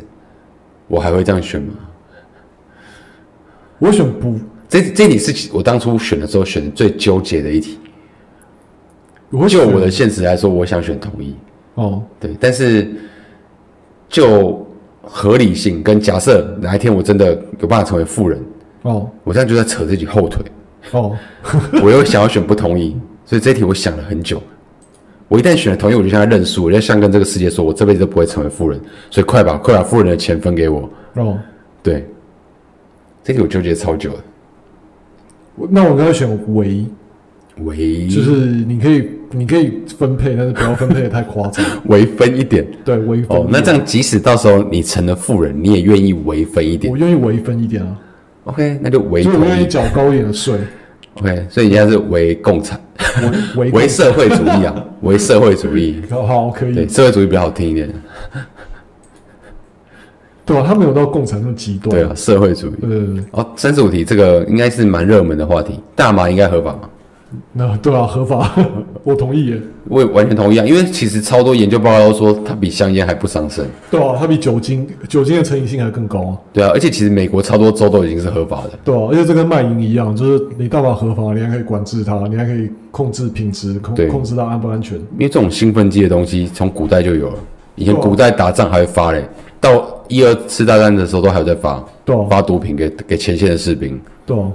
我还会这样选吗？我选不，这这一题是我当初选的时候选的最纠结的一题。我会就选我的现实来说，我想选同意，哦，对，但是就合理性跟假设哪一天我真的有办法成为富人，哦我这样就在扯自己后腿，哦，我又想要选不同意，所以这题我想了很久。我一旦选了同意，我就向他认输，我就像跟这个世界说，我这辈子都不会成为富人，所以快把快把富人的钱分给我。哦，对，这题我纠结超久了。我那我应该会选唯，唯 就是你可以你可以分配，但是不要分配的太夸张。 微分一点对，微分一点。啊哦，那这样即使到时候你成了富人，你也愿意微分一点我。愿意微分一点啊， OK，那就唯所以同我愿意意。缴高一点的税， OK，所以你现在是唯共产、唯唯社会主义 啊，唯社会主义。好好可以对，，社会主义比较好听一点。对吧、他没有到共产那么极端，对啊，社会主义。对对对，哦，三十五题这个应该是蛮热门的话题，大麻应该合法吗？那对啊，合法，我同意耶，我也完全同意啊，因为其实超多研究报告都说它比香烟还不伤身。对啊，它比酒精酒精的成瘾性还更高啊，对啊，而且其实美国超多州都已经是合法的。对啊，而且这跟卖淫一样，就是你大麻合法，你还可以管制它，你还可以控制品质，控对控制它安不安全，因为这种兴奋剂的东西从古代就有了，以前对啊古代打仗还会发嘞，到一二次大战的时候都还有在发，对啊发毒品给给前线的士兵，对啊，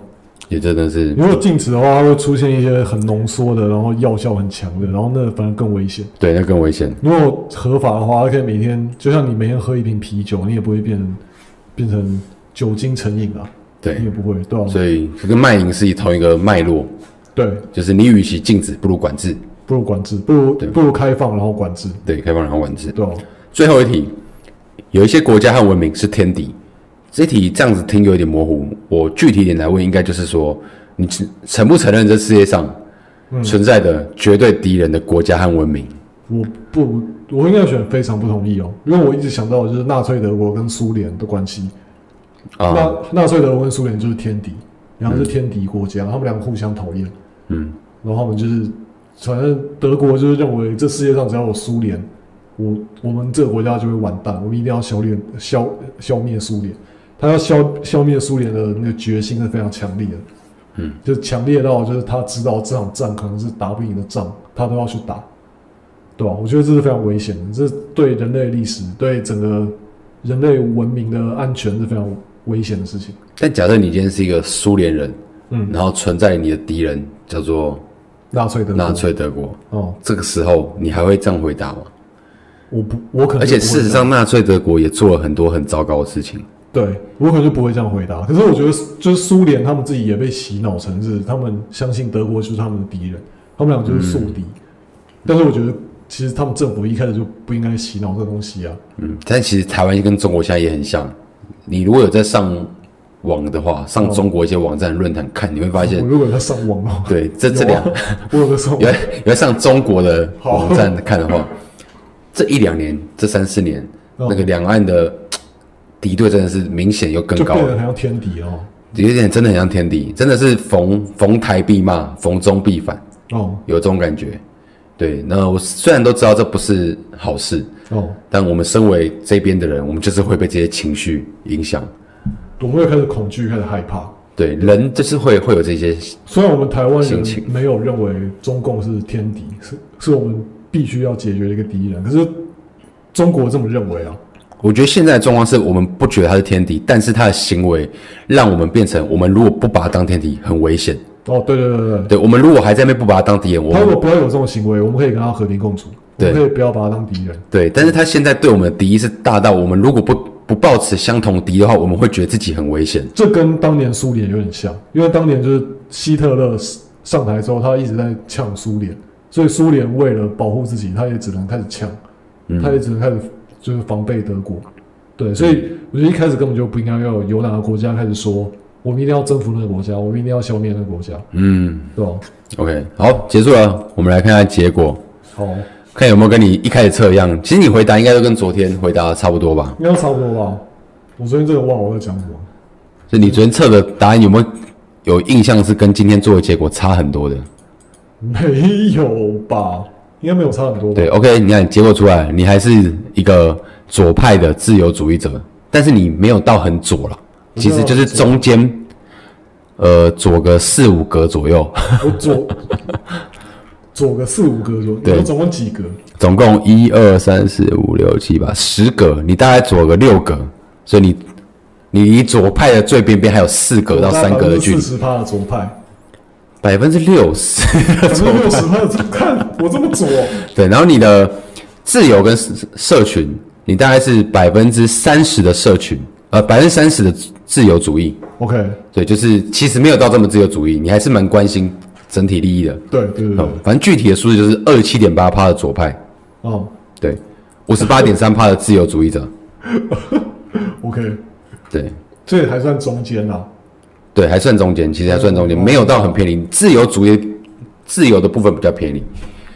也真的是如果禁止的话，它会出现一些很浓缩的，然后药效很强的，然后那反而更危险。对，那更危险。如果合法的话，它可以每天，就像你每天喝一瓶啤酒，你也不会变变成酒精成瘾啊，对你也，不会，对吧、所以这跟卖淫是同一个脉络，对，就是你与其禁止，不如管制。不如管制，不如对不如开放，然后管制，对，开放然后管制。对吧、最后一题，有一些国家和文明是天敌。这题这样子听有点模糊，我具体一点来问，应该就是说，你承承不承认这世界上嗯存在的绝对敌人的国家和文明？我不，我应该选非常不同意哦，因为我一直想到的就是纳粹德国跟苏联的关系，啊、那纳粹德国跟苏联就是天敌，然后是天敌国家，他们两个互相讨厌，嗯，然后他们就是，反正德国就是认为这世界上只要有苏联，我我们这个国家就会完蛋，我们一定要消灭消消灭苏联。他要消消灭苏联的那个决心是非常强烈的，嗯，就强烈到就是他知道这场战可能是打不赢的仗，他都要去打，对吧、我觉得这是非常危险的，这是对人类历史、对整个人类文明的安全是非常危险的事情。但假设你今天是一个苏联人，嗯，然后存在你的敌人叫做纳粹德国纳粹德国，哦，这个时候你还会这样回答吗？我不，我可能而且就不会事实这样上，纳粹德国也做了很多很糟糕的事情。对我可能就不会这样回答。可是我觉得，就是苏联他们自己也被洗脑成是他们相信德国就是他们的敌人，他们俩就是宿敌。嗯但是我觉得，其实他们政府一开始就不应该洗脑这东西啊。嗯，但其实台湾跟中国现在也很像。你如果有在上网的话，上中国一些网站论坛看，你会发现我，如果有在上网的话，对，这哦有啊这两，我有在上有网在有在上中国的网站看的话，这一两年，这三四年，哦那个两岸的敌对真的是明显又更就高变了得。很像天敌哦。有一点真的很像天敌，真的是逢逢台必骂，逢中必反，哦有这种感觉。对，那我虽然都知道这不是好事，哦，但我们身为这边的人，我们就是会被这些情绪影响。我们会开始恐惧，开始害怕。对，人就是会会有这些，虽然我们台湾心人情没有认为中共是天敌，是是我们必须要解决的一个敌人，可是中国这么认为啊。我觉得现在的状况是我们不觉得他是天敌，但是他的行为让我们变成，我们如果不把他当天敌，很危险。哦，对对对对对，对我们如果还在那边不把他当敌人，我他如们果不要有这种行为，我们可以跟他和平共处。我们对可以不要把它当敌人。对，但是他现在对我们的敌意是大到，我们如果不不抱持相同敌意的话，我们会觉得自己很危险。这跟当年苏联有点像，因为当年就是希特勒上台之后，他一直在呛苏联，所以苏联为了保护自己，他也只能开始呛，嗯他也只能开始就是防备德国。对，所以我觉得一开始根本就不应该要有哪个国家开始说，我们一定要征服那个国家，我们一定要消灭那个国家，嗯对啊吧？ ，OK，好，结束了，我们来看看结果，好，看有没有跟你一开始测一样。其实你回答应该都跟昨天回答的差不多吧？应该差不多吧。我昨天真的忘了我在讲什么。就你昨天测的答案有没有有印象是跟今天做的结果差很多的？没有吧？应该没有差很多吧？对，OK，你看结果出来，你还是一个左派的自由主义者，但是你没有到很左了，其实就是中间，呃，左个四五格左右，我 左左个四五格左右，你对说总共几格？总共一二三四五六七八十格，你大概左个六格，所以你你离左派的最边边还有四格到三格的距离四，十趴的左 派，百分之六十。百分之六十趴的左看我这么左，对，然后你的自由跟社社群，你大概是百分之三十的社群，呃，百分之三十的自由主义。 OK，对，就是其实没有到这么自由主义，你还是蛮关心整体利益的。对对对对嗯，，反正具体的数字就是二七点八趴的左派，哦、对，五十八点三趴的自由主义者， o k 对这也还算中间啊啦、对，还算中间，其实还算中嗯间，没有到很偏离。自由主义自由的部分比较偏离。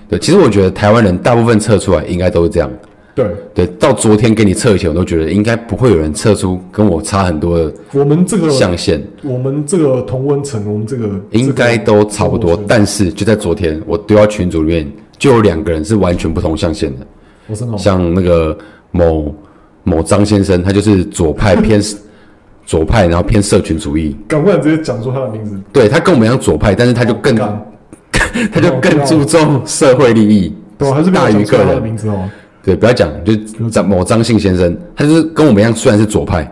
对，其实我觉得台湾人大部分测出来应该都是这样。对，对，到昨天给你测以前，我都觉得应该不会有人测出跟我差很多的我们这个象限，我们这个同温层，我们嗯这个应该都差不多。这个但是就在昨天，我丢到群组里面，就有两个人是完全不同象限的，我真的好像那个某某张先生，他就是左派 偏左派，然后偏社群主义。敢不敢直接讲出他的名字？对他跟我们一样左派，但是他就哦更敢，他哦就更注重社会利益，对，还是没大有于讲出个他的人。名字哦。对，不要讲，就是张某张姓先生，他就是跟我们一样，虽然是左派，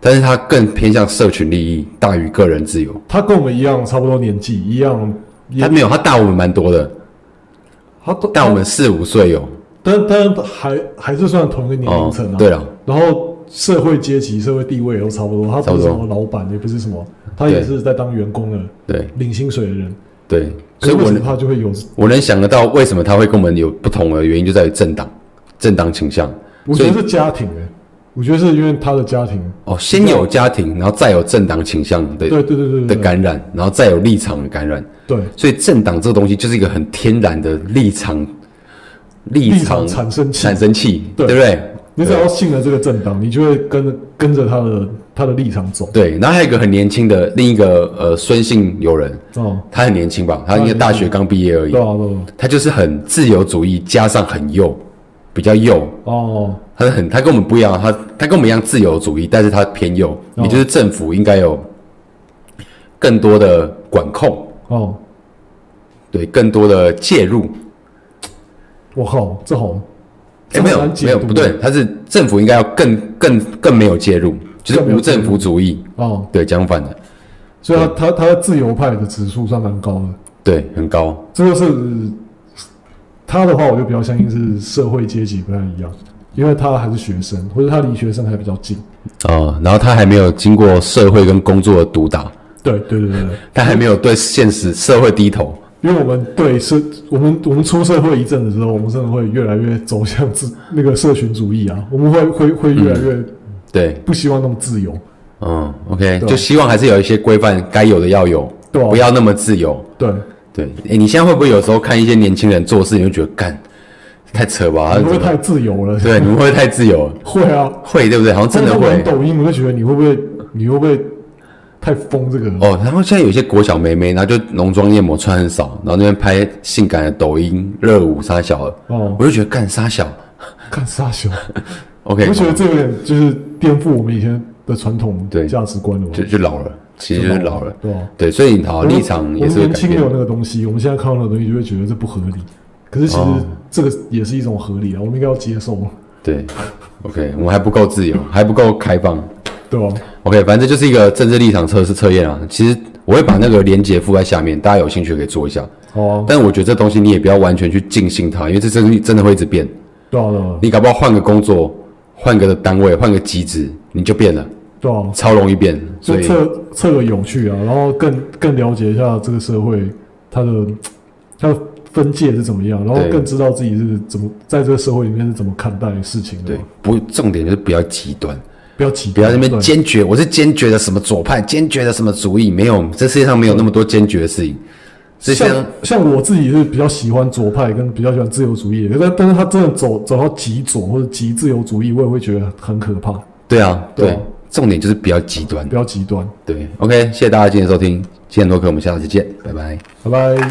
但是他更偏向社群利益大于个人自由。他跟我们一样，差不多年纪，一样，一他样没有，他大我们蛮多的，哦他都大我们四五岁有。但但还还是算同一个年龄哦层啊、，对了，然后社会阶级、社会地位也都差不多，他差不不是多什么老板，也不是什么，他也对是在当员工的，对领薪水的人。对，所以可是为我什么能他就会有，我能想得到为什么他会跟我们有不同的原因，就在于政党政党倾向。我所觉以得是家庭哎、我觉得是因为他的家庭，哦，先有家庭，然后再有政党倾向的对对对对的对感染，然后再有立场的感染。对，所以政党这个东西就是一个很天然的立场，立立场产生器产，生器，对对啊不对？你只要信了这个政党，你就会跟着跟着他的他的立场走对，然后还有一个很年轻的另一个呃孙姓友人，哦，他很年轻吧？他应该大学刚毕业而已对。啊对啊他就是很自由主义，加上很右，比较右。哦，他很他跟我们不一样，他他跟我们一样自由主义，但是他偏右，哦也就是政府应该有更多的管控，哦，对，更多的介入。我靠，这好，哎，这没有很难解没有，读不对，他是政府应该要更更更没有介入，就是更没有无政府主义，哦，对，讲反了，所以他他他的自由派的指数算蛮高的。对，很高，这就是他的话，我就比较相信是社会阶级不太一样，因为他还是学生，或者他离学生还比较近。哦，然后他还没有经过社会跟工作的毒打，对对对对，对他还没有对现实社会低头，因为我们对社，我们我们出社会一阵子之后，我们真的会越来越走向自那个社群主义啊，我们会会会越来越对，不希望那么自由，嗯，OK，对就希望还是有一些规范，该有的要有，对啊不要那么自由。对，对，哎，你现在会不会有时候看一些年轻人做事，你就觉得干太扯吧？他你会们不会怎太么自由了？呃对，你们会不会太自由了？会啊，会，对不对？好像真的像我玩会。抖音，我就觉得你会不会你会不会太疯这个？哦，然后现在有些国小妹妹，然后就浓妆艳抹，穿很少，然后那边拍性感的抖音热舞杀小了，哦，我就觉得干杀小看傻笑。 ，OK，我觉得这有点就是颠覆我们以前的传统对价值观了吧？就就老了，其实就是老了。对吧？对，所以你好我们立场也是会我们年改轻变没有的。那个东西，我们现在看到那个东西就会觉得这不合理。可是其实哦这个也是一种合理啊，我们应该要接受，对，OK，我们还不够自由， 还不够开放。对吧？ OK，反正这就是一个政治立场测试测验啊。其实我会把那个连接附在下面，大家有兴趣可以做一下。好啊，但我觉得这东西你也不要完全去尽信它，因为这真的真的会一直变。对啊，对啊，你搞不好换个工作，换个单位，换个机制，你就变了，对啊，超容易变。所就以测测个有趣啊，然后更更了解一下这个社会它的它的分界是怎么样，然后对更知道自己是怎么在这个社会里面是怎么看待事情的对嘛，，不，重点就是不要极端，不要急，不要在那边对坚决。我是坚决的什么左派，坚决的什么主义，没有，这世界上没有那么多坚决的事情。这像像像我自己是比较喜欢左派跟比较喜欢自由主义的，但但是他真的走走到极左或者极自由主义，我也会觉得很可怕，对啊，对啊对，重点就是不要极端比。较极端。对，OK，谢谢大家今天的收听，今天多课我们下次见，拜拜。拜拜。